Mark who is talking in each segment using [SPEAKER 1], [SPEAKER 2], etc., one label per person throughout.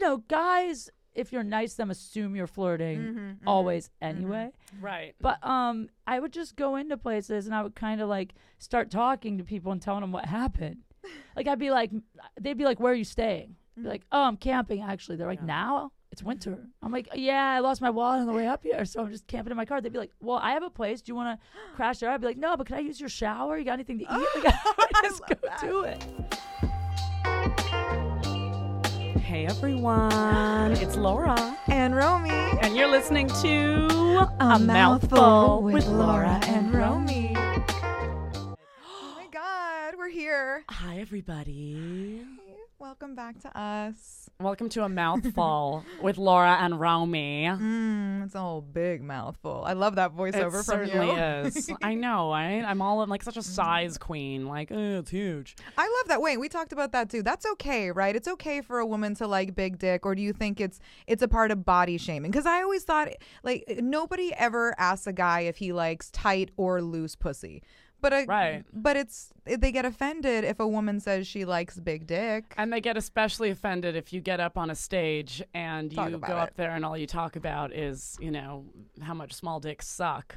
[SPEAKER 1] know, guys, if you're nice to them, assume you're flirting
[SPEAKER 2] Mm-hmm.
[SPEAKER 3] Mhm, mhm,
[SPEAKER 1] always anyway.
[SPEAKER 2] Right.
[SPEAKER 1] But um, I would just go into places and I would kind of like start talking to people and telling them what happened. Like I'd be like, they'd be like, "Where are you staying?" I'd be like, "Oh, I'm camping." Actually, they're like,
[SPEAKER 2] Mm-hmm. Yeah.
[SPEAKER 1] "Now it's winter." I'm like, "Yeah, I lost my wallet on the way up here, so I'm just camping in my car." They'd be like, "Well, I have a place. Do you want to crash there?" I'd be like, "No, but can I use your shower? You got anything to eat?" Like, I would just go do it.
[SPEAKER 2] Hey everyone, it's Laura,
[SPEAKER 3] And Romy.
[SPEAKER 2] and you're listening to
[SPEAKER 3] Romy. Oh my God, we're here.
[SPEAKER 2] Hi everybody.
[SPEAKER 3] Welcome back to us.
[SPEAKER 2] Welcome to a mouthful with Laura and Romy.
[SPEAKER 3] Mm, it's a whole big mouthful. I love that voiceover
[SPEAKER 2] it
[SPEAKER 3] from
[SPEAKER 2] certainly
[SPEAKER 3] you.
[SPEAKER 2] is. I know, right? I'm all I'm like such a size queen. Like, eh, it's huge.
[SPEAKER 3] I love that. Wait, we talked about that too. That's okay, right? It's okay for a woman to like big dick, or do you think it's it's a part of body shaming? Because I always thought like nobody ever asks a guy if he likes tight or loose pussy. But I,
[SPEAKER 2] Right.
[SPEAKER 3] but it's they get offended if a woman says she likes big dick.
[SPEAKER 2] And they get especially offended if you get up on a stage and
[SPEAKER 3] Talk
[SPEAKER 2] you
[SPEAKER 3] about
[SPEAKER 2] go
[SPEAKER 3] it.
[SPEAKER 2] up there and all you talk about is, you know, how much small dicks suck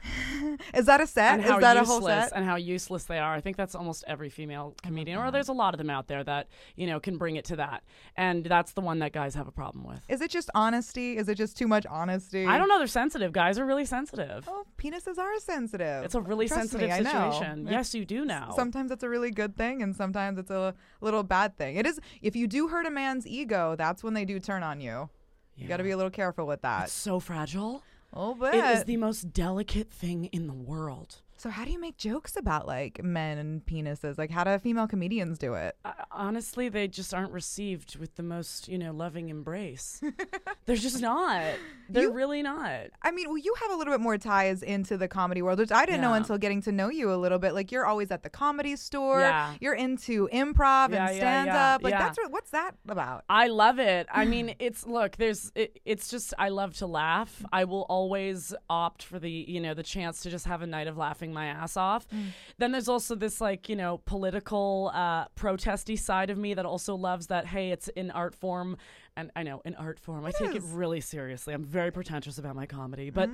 [SPEAKER 3] Is that a set?
[SPEAKER 2] and how
[SPEAKER 3] Is that a
[SPEAKER 2] useless
[SPEAKER 3] whole set?
[SPEAKER 2] and how useless they are. I think that's almost every female comedian, or there's a lot of them out there that you know can bring it to that, and that's the one that guys have a problem with.
[SPEAKER 3] Is it just honesty? Is it just too much honesty?
[SPEAKER 2] I don't know. They're sensitive. Guys are really sensitive.
[SPEAKER 3] Oh, penises are sensitive.
[SPEAKER 2] It's a really
[SPEAKER 3] Trust me,
[SPEAKER 2] sensitive
[SPEAKER 3] I know.
[SPEAKER 2] situation.
[SPEAKER 3] It's-
[SPEAKER 2] Yes, you do know.
[SPEAKER 3] Sometimes it's a really good thing, and sometimes it's a little bad thing. It is if you do hurt a man's ego, that's when they do turn on you. You got to be a little careful with
[SPEAKER 2] It's
[SPEAKER 3] that.
[SPEAKER 2] so fragile.
[SPEAKER 3] Oh, but
[SPEAKER 2] It is the most delicate thing in the world.
[SPEAKER 3] so how do you make jokes about like men and penises? Like how do female comedians do it?
[SPEAKER 2] Uh, honestly, they just aren't received with the most, you know, loving embrace. They're just not. They're
[SPEAKER 3] You-
[SPEAKER 2] really not.
[SPEAKER 3] I mean, well, you have a little bit more ties into the comedy world, which I didn't know
[SPEAKER 2] Yeah.
[SPEAKER 3] until getting to know you a little bit. Like you're always at the comedy store.
[SPEAKER 2] Yeah.
[SPEAKER 3] You're into improv
[SPEAKER 2] Yeah, yeah,
[SPEAKER 3] and stand up.
[SPEAKER 2] yeah,
[SPEAKER 3] Like
[SPEAKER 2] yeah.
[SPEAKER 3] that's what, what's that about?
[SPEAKER 2] I love it. I mean, it's look, there's it, it's just I love to laugh. I will always opt for the, you know, the chance to just have a night of laughing my ass off. Then there's also this like, you know, political uh protesty side of me that also loves that hey, it's in art form and I know, in art form. I take it really seriously. I'm very pretentious about my comedy, but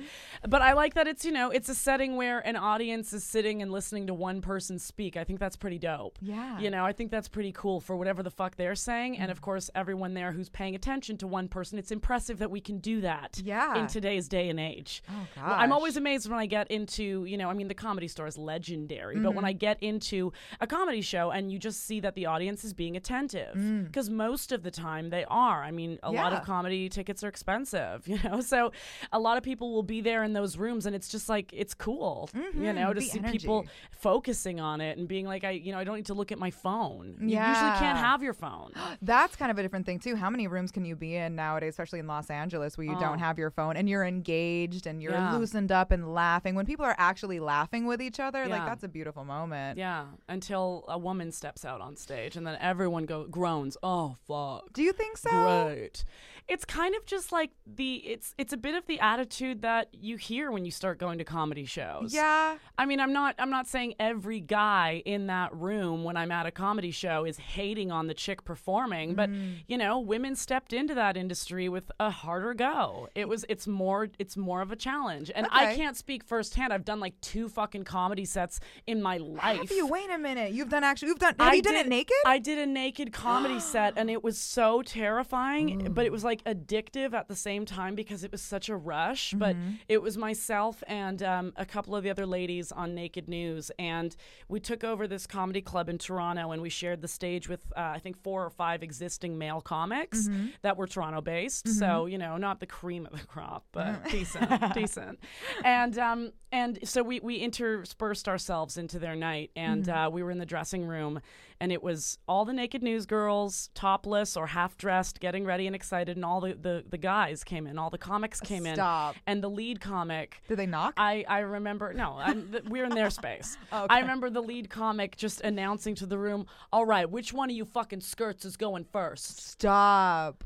[SPEAKER 2] but I like that it's, you know, it's a setting where an audience is sitting and listening to one person speak. I think that's pretty dope.
[SPEAKER 3] Yeah. Mm-hmm.
[SPEAKER 2] You know, I think that's pretty cool for whatever the fuck they're saying. And of course, everyone there who's paying attention to one person, it's impressive that we can do that
[SPEAKER 3] Yeah.
[SPEAKER 2] in today's day and age.
[SPEAKER 3] Oh,
[SPEAKER 2] Well, I'm always
[SPEAKER 3] gosh.
[SPEAKER 2] amazed when I get into, you know, I mean, the comedy store is legendary, but when I
[SPEAKER 3] Mm-hmm.
[SPEAKER 2] get into a comedy show and you just see that the audience is being attentive, because most of the time they are. I mean, a lot
[SPEAKER 3] Mm. Yeah.
[SPEAKER 2] of comedy tickets are expensive, you know, so a lot of people will be there in those rooms and it's just like, it's cool, you know, to
[SPEAKER 3] Mm-hmm. the
[SPEAKER 2] see people
[SPEAKER 3] energy.
[SPEAKER 2] focusing on it and being like, I, you know, I don't need to look at my phone. You usually
[SPEAKER 3] Yeah.
[SPEAKER 2] can't have your phone.
[SPEAKER 3] That's kind of a different thing too. How many rooms can you be in nowadays, especially in Los Angeles, where you don't have your phone and you're engaged and you're
[SPEAKER 2] Oh. Yeah.
[SPEAKER 3] loosened up and laughing? When people are actually laughing with each other, like
[SPEAKER 2] Yeah.
[SPEAKER 3] that's a beautiful moment.
[SPEAKER 2] yeah, until a woman steps out on stage and then everyone go groans, oh fuck.
[SPEAKER 3] Do you think so?
[SPEAKER 2] Great. It's kind of just like the it's it's a bit of the attitude that you hear when you start going to comedy shows.
[SPEAKER 3] Yeah.
[SPEAKER 2] I mean, I'm not I'm not saying every guy in that room when I'm at a comedy show is hating on the chick performing, but
[SPEAKER 3] Mm-hmm.
[SPEAKER 2] you know, women stepped into that industry with a harder go. It was it's more it's more of a challenge. And I
[SPEAKER 3] Okay.
[SPEAKER 2] can't speak firsthand. I've done like two fucking comedy sets in my life.
[SPEAKER 3] Have you? Wait a minute. You've done actually. You've done. Have you done it naked?
[SPEAKER 2] I did a naked comedy set, and it was so
[SPEAKER 3] Mm.
[SPEAKER 2] terrifying, but it was like addictive at the same time because it was such a rush. But
[SPEAKER 3] Mm-hmm.
[SPEAKER 2] it was myself and um, a couple of the other ladies on Naked News, and we took over this comedy club in Toronto, and we shared the stage with uh, I think four or five existing male
[SPEAKER 3] Mm-hmm.
[SPEAKER 2] comics that were Toronto based. So you know, not the cream of the crop, but decent, decent. And um, and so we we interspersed ourselves into their night, and uh, we were in the dressing room, and it was all the naked news girls, topless or half dressed, getting ready and excited, and all the, the the guys came in, all the comics came
[SPEAKER 3] Stop.
[SPEAKER 2] in, and the lead comic.
[SPEAKER 3] Did they knock?
[SPEAKER 2] I, I remember no I'm, th- we're in their space i remember the lead comic just announcing to the room all right which one of you fucking skirts is going first
[SPEAKER 3] Stop,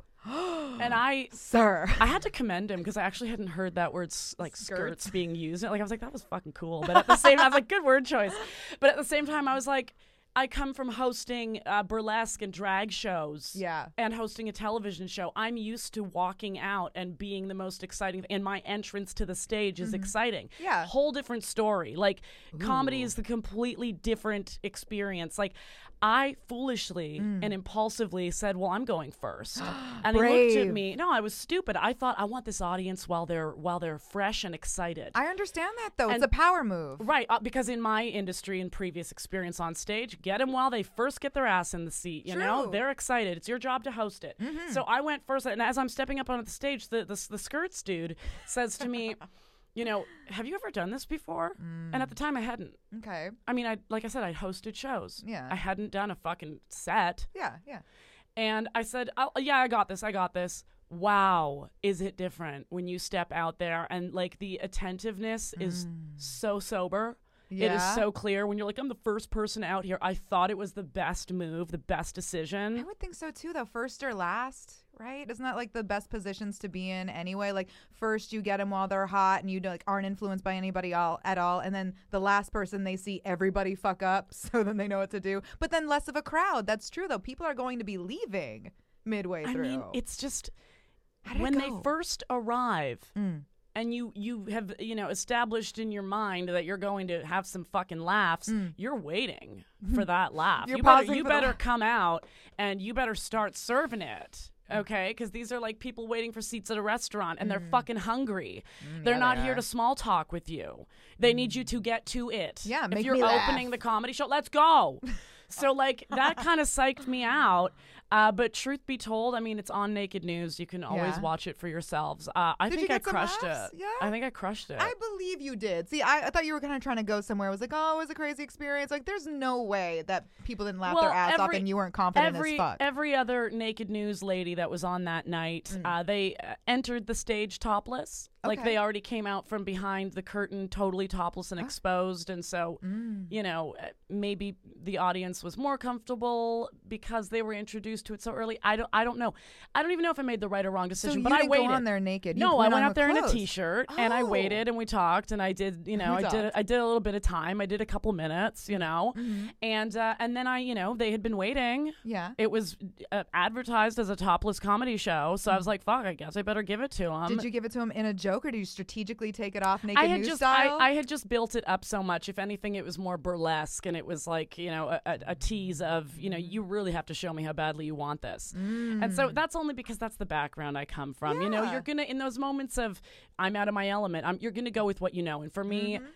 [SPEAKER 2] and i
[SPEAKER 3] sir.
[SPEAKER 2] I had to commend him because I actually hadn't heard that word s- like skirts. being used. Like I was like, that was fucking cool. But at the same, I was like, good word choice. But at the same time, I was like, I come from hosting uh, burlesque and drag shows.
[SPEAKER 3] Yeah.
[SPEAKER 2] And hosting a television show. I'm used to walking out and being the most exciting, and my entrance to the stage is exciting.
[SPEAKER 3] Mm-hmm. Yeah.
[SPEAKER 2] Whole different story. Like, comedy is the completely different experience. Like, I foolishly
[SPEAKER 3] Mm.
[SPEAKER 2] and impulsively said, Well, I'm going first. and he looked
[SPEAKER 3] Brave.
[SPEAKER 2] at me. No, I was stupid. I thought I want this audience while they're while they're fresh and excited.
[SPEAKER 3] I understand that though. it's
[SPEAKER 2] And-
[SPEAKER 3] a power move.
[SPEAKER 2] Right, uh, because in my industry and previous experience on stage, get them while they first get their ass in the seat. You know,
[SPEAKER 3] True. Mm-hmm.
[SPEAKER 2] they're excited. It's your job to host it. So I went first, and as I'm stepping up onto the stage, the the, the skirts dude says to me, "You know, have you ever done this before?" And at
[SPEAKER 3] Mm.
[SPEAKER 2] the time, I hadn't.
[SPEAKER 3] Okay.
[SPEAKER 2] I mean, I like I said, I hosted shows.
[SPEAKER 3] Yeah.
[SPEAKER 2] I hadn't done a fucking set,
[SPEAKER 3] Yeah, yeah.
[SPEAKER 2] and I said, oh, "Yeah, I got this. I got this." Wow, is it different when you step out there and like the attentiveness is so sober. It
[SPEAKER 3] Yeah.
[SPEAKER 2] is so clear when you're like, I'm the first person out here. I thought it was the best move, the
[SPEAKER 3] I
[SPEAKER 2] best decision.
[SPEAKER 3] would think so too, though. First or last, right? Isn't that like the best positions to be in anyway? Like first, you get them while they're hot, and you like aren't influenced by anybody all at all, and then the last person they see everybody fuck up, so then they know what to do. But then less of a crowd. That's true, though. People are going to be leaving midway
[SPEAKER 2] I
[SPEAKER 3] through.
[SPEAKER 2] mean, it's just
[SPEAKER 3] How did it
[SPEAKER 2] when they
[SPEAKER 3] go? Mm.
[SPEAKER 2] first arrive and you you have, you know, established in your mind that you're going to have some fucking laughs, you're waiting for that
[SPEAKER 3] Mm.
[SPEAKER 2] laugh.
[SPEAKER 3] Mm-hmm. You're
[SPEAKER 2] you better,
[SPEAKER 3] pausing
[SPEAKER 2] you
[SPEAKER 3] for the
[SPEAKER 2] better
[SPEAKER 3] laugh.
[SPEAKER 2] come out and you better start serving it.
[SPEAKER 3] Mm.
[SPEAKER 2] Okay, because these are like people waiting for seats at a restaurant and they're fucking hungry.
[SPEAKER 3] Mm,
[SPEAKER 2] they're not here to small talk with you. They need you to get to it.
[SPEAKER 3] Yeah,
[SPEAKER 2] if
[SPEAKER 3] make
[SPEAKER 2] you're
[SPEAKER 3] me laugh.
[SPEAKER 2] opening the comedy show, let's go. so like that kind of psyched me out. Uh, but truth be told, I mean it's on Naked News. You can always
[SPEAKER 3] Yeah.
[SPEAKER 2] watch it for yourselves. Uh, I
[SPEAKER 3] Did you
[SPEAKER 2] think I
[SPEAKER 3] get some
[SPEAKER 2] crushed
[SPEAKER 3] laughs?
[SPEAKER 2] it.
[SPEAKER 3] Yeah?
[SPEAKER 2] I think I crushed it.
[SPEAKER 3] I believe you did. See, I, I thought you were kind of trying to go somewhere. I was like, oh, it was a crazy experience. Like, there's no way that people didn't laugh their ass off and you weren't confident
[SPEAKER 2] every,
[SPEAKER 3] as fuck.
[SPEAKER 2] Every other naked news lady that was on that night, uh, they uh, entered the stage topless. Like
[SPEAKER 3] Mm-hmm. Okay. Ah.
[SPEAKER 2] they already came out from behind the curtain totally topless and exposed. And so,
[SPEAKER 3] Mm.
[SPEAKER 2] you know, uh, maybe the audience was more comfortable because they were introduced to it so early. I don't, I don't know. I don't even know if I made the right or wrong
[SPEAKER 3] so
[SPEAKER 2] decision,
[SPEAKER 3] you
[SPEAKER 2] but I
[SPEAKER 3] didn't
[SPEAKER 2] waited.
[SPEAKER 3] go on there naked. You
[SPEAKER 2] No, I
[SPEAKER 3] went on
[SPEAKER 2] went out
[SPEAKER 3] with
[SPEAKER 2] there in a
[SPEAKER 3] clothes.
[SPEAKER 2] t-shirt and I
[SPEAKER 3] Oh.
[SPEAKER 2] waited and we talked and I did, you know,
[SPEAKER 3] We
[SPEAKER 2] I did
[SPEAKER 3] talked.
[SPEAKER 2] I did a little bit of time. I did a couple minutes, you know.
[SPEAKER 3] Mm-hmm.
[SPEAKER 2] And uh, and then I, you know, they had been waiting.
[SPEAKER 3] Yeah.
[SPEAKER 2] It was uh, advertised as a topless comedy show, so I was like, fuck, I guess I better give it to them.
[SPEAKER 3] Did you give it to him in a joke, or did you strategically take it off naked
[SPEAKER 2] Um, I had
[SPEAKER 3] news
[SPEAKER 2] just I,
[SPEAKER 3] style?
[SPEAKER 2] I had just built it up so much. If anything, it was more burlesque, and it was like you know a, a, a tease of you know
[SPEAKER 3] Mm-hmm.
[SPEAKER 2] you really have to show me how badly you want this.
[SPEAKER 3] Mm.
[SPEAKER 2] And so that's only because that's the background I come from. You know,
[SPEAKER 3] Yeah.
[SPEAKER 2] you're gonna in those moments of I'm out of my element. I'm, you're gonna go with what you know. And for me,
[SPEAKER 3] Mm-hmm.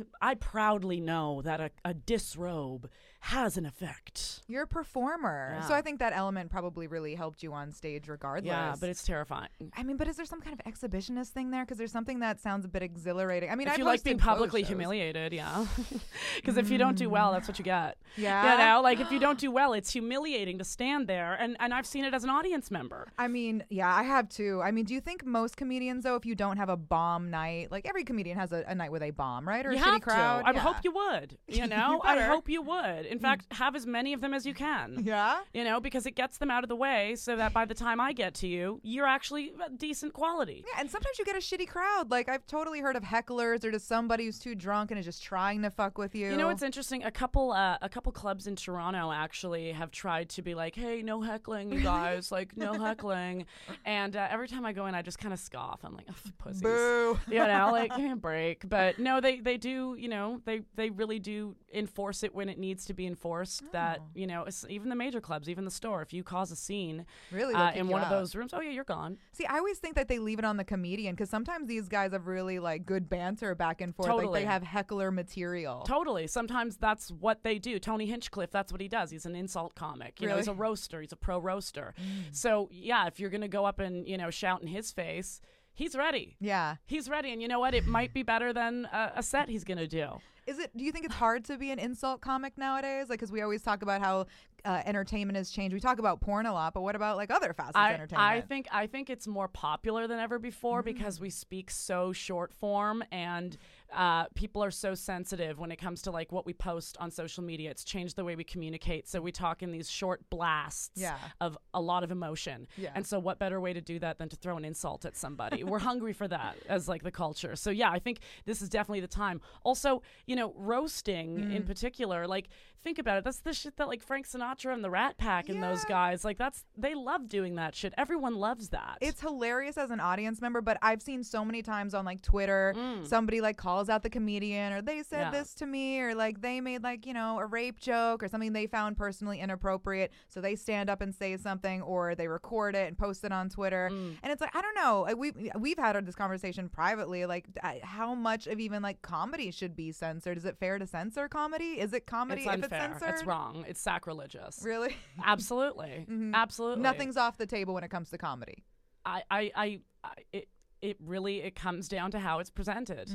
[SPEAKER 2] I proudly know that a, a disrobe has an effect.
[SPEAKER 3] You're a performer, so
[SPEAKER 2] Yeah.
[SPEAKER 3] I think that element probably really helped you on stage, regardless.
[SPEAKER 2] Yeah, but it's terrifying.
[SPEAKER 3] I mean, but is there some kind of exhibitionist thing there? Because there's something that sounds a bit exhilarating. I mean,
[SPEAKER 2] if
[SPEAKER 3] I've
[SPEAKER 2] you like being
[SPEAKER 3] hosted clothes
[SPEAKER 2] publicly
[SPEAKER 3] shows.
[SPEAKER 2] humiliated, yeah. Because if you don't do well, that's what
[SPEAKER 3] Ah.
[SPEAKER 2] you get.
[SPEAKER 3] Yeah.
[SPEAKER 2] You know, like if you don't do well, it's humiliating to stand there. And, and I've seen it as an audience member.
[SPEAKER 3] I mean, yeah, I have too. I mean, do you think most comedians, though, if you don't have a bomb night, like every comedian has a, a night where they bomb, right? Or
[SPEAKER 2] you
[SPEAKER 3] a
[SPEAKER 2] have
[SPEAKER 3] shitty crowd?
[SPEAKER 2] to. I
[SPEAKER 3] yeah.
[SPEAKER 2] hope you would. You know, I
[SPEAKER 3] better. Mm.
[SPEAKER 2] hope you would. In fact, have as many of them as you can.
[SPEAKER 3] Yeah.
[SPEAKER 2] You know, because it gets them out of the way so that by the time I get to you, you're actually decent quality.
[SPEAKER 3] Yeah, and sometimes you get a shitty crowd. Like I've totally heard of hecklers or just somebody who's too drunk and is just trying to fuck with you.
[SPEAKER 2] You know, it's interesting. A couple, uh, a couple clubs in Toronto actually have tried to be like, "Hey, no heckling, you guys! Like, no heckling." And uh, every time I go in, I just kind of scoff. I'm like, oh, "Pussies."
[SPEAKER 3] boo.
[SPEAKER 2] You know, like give me a break. But no, they they do. You know, they they really do enforce it when it needs to be enforced.
[SPEAKER 3] Oh.
[SPEAKER 2] That you know, it's, even the major clubs, even the store, if you cause a scene
[SPEAKER 3] Really, they'll
[SPEAKER 2] uh,
[SPEAKER 3] kick
[SPEAKER 2] in
[SPEAKER 3] you
[SPEAKER 2] one
[SPEAKER 3] out.
[SPEAKER 2] of those rooms, oh yeah, you're gone.
[SPEAKER 3] See, I always think that they leave it on the comedian because sometimes these guys have really like good banter back and forth. Like
[SPEAKER 2] Totally.
[SPEAKER 3] they have heckler material.
[SPEAKER 2] Totally. Sometimes that's what they do. Tony Hinchcliffe, that's what he does. He's an insult comic. You know, he's a
[SPEAKER 3] Really? Mm.
[SPEAKER 2] roaster. He's a pro roaster. So yeah, if you're gonna go up and you know shout in his face, he's ready.
[SPEAKER 3] yeah.
[SPEAKER 2] He's ready, and you know what? It might be better than a, a set he's gonna do.
[SPEAKER 3] Is it? Do you think it's hard to be an insult comic nowadays? Like, because we always talk about how uh, entertainment has changed. We talk about porn a lot, but what about like other facets of
[SPEAKER 2] I,
[SPEAKER 3] entertainment? Mm-hmm.
[SPEAKER 2] I think I think it's more popular than ever before because we speak so short form and uh, people are so sensitive when it comes to like what we post on social media. It's changed the way we communicate, so we talk in these short blasts
[SPEAKER 3] Yeah.
[SPEAKER 2] of a lot of emotion.
[SPEAKER 3] Yeah.
[SPEAKER 2] And so, what better way to do that than to throw an insult at somebody? We're hungry for that as like the culture.
[SPEAKER 3] Mm.
[SPEAKER 2] So yeah, I think this is definitely the time. Also, you know, roasting in particular, like think about it. That's the shit that like Frank Sinatra and the Rat Pack and those
[SPEAKER 3] Yeah.
[SPEAKER 2] guys like that's they love doing that shit. Everyone loves that.
[SPEAKER 3] It's hilarious as an audience member, but I've seen so many times on like Twitter, somebody like calls out the comedian or they said
[SPEAKER 2] Mm. Yeah.
[SPEAKER 3] this to me or like they made like, you know, a rape joke or something they found personally inappropriate. So they stand up and say something or they record it and post it on Twitter.
[SPEAKER 2] Mm.
[SPEAKER 3] And it's like, I don't know. like, We we've had this conversation privately like I- how much of even like comedy should be censored? Is it fair to censor comedy? Is it comedy
[SPEAKER 2] It's
[SPEAKER 3] if it's
[SPEAKER 2] unfair. It's,
[SPEAKER 3] censored?
[SPEAKER 2] wrong. It's sacrilegious.
[SPEAKER 3] Really? Mm-hmm.
[SPEAKER 2] Absolutely. Absolutely.
[SPEAKER 3] Nothing's off the table when it comes to comedy.
[SPEAKER 2] I, I, I, I it, it really it comes down to how it's presented.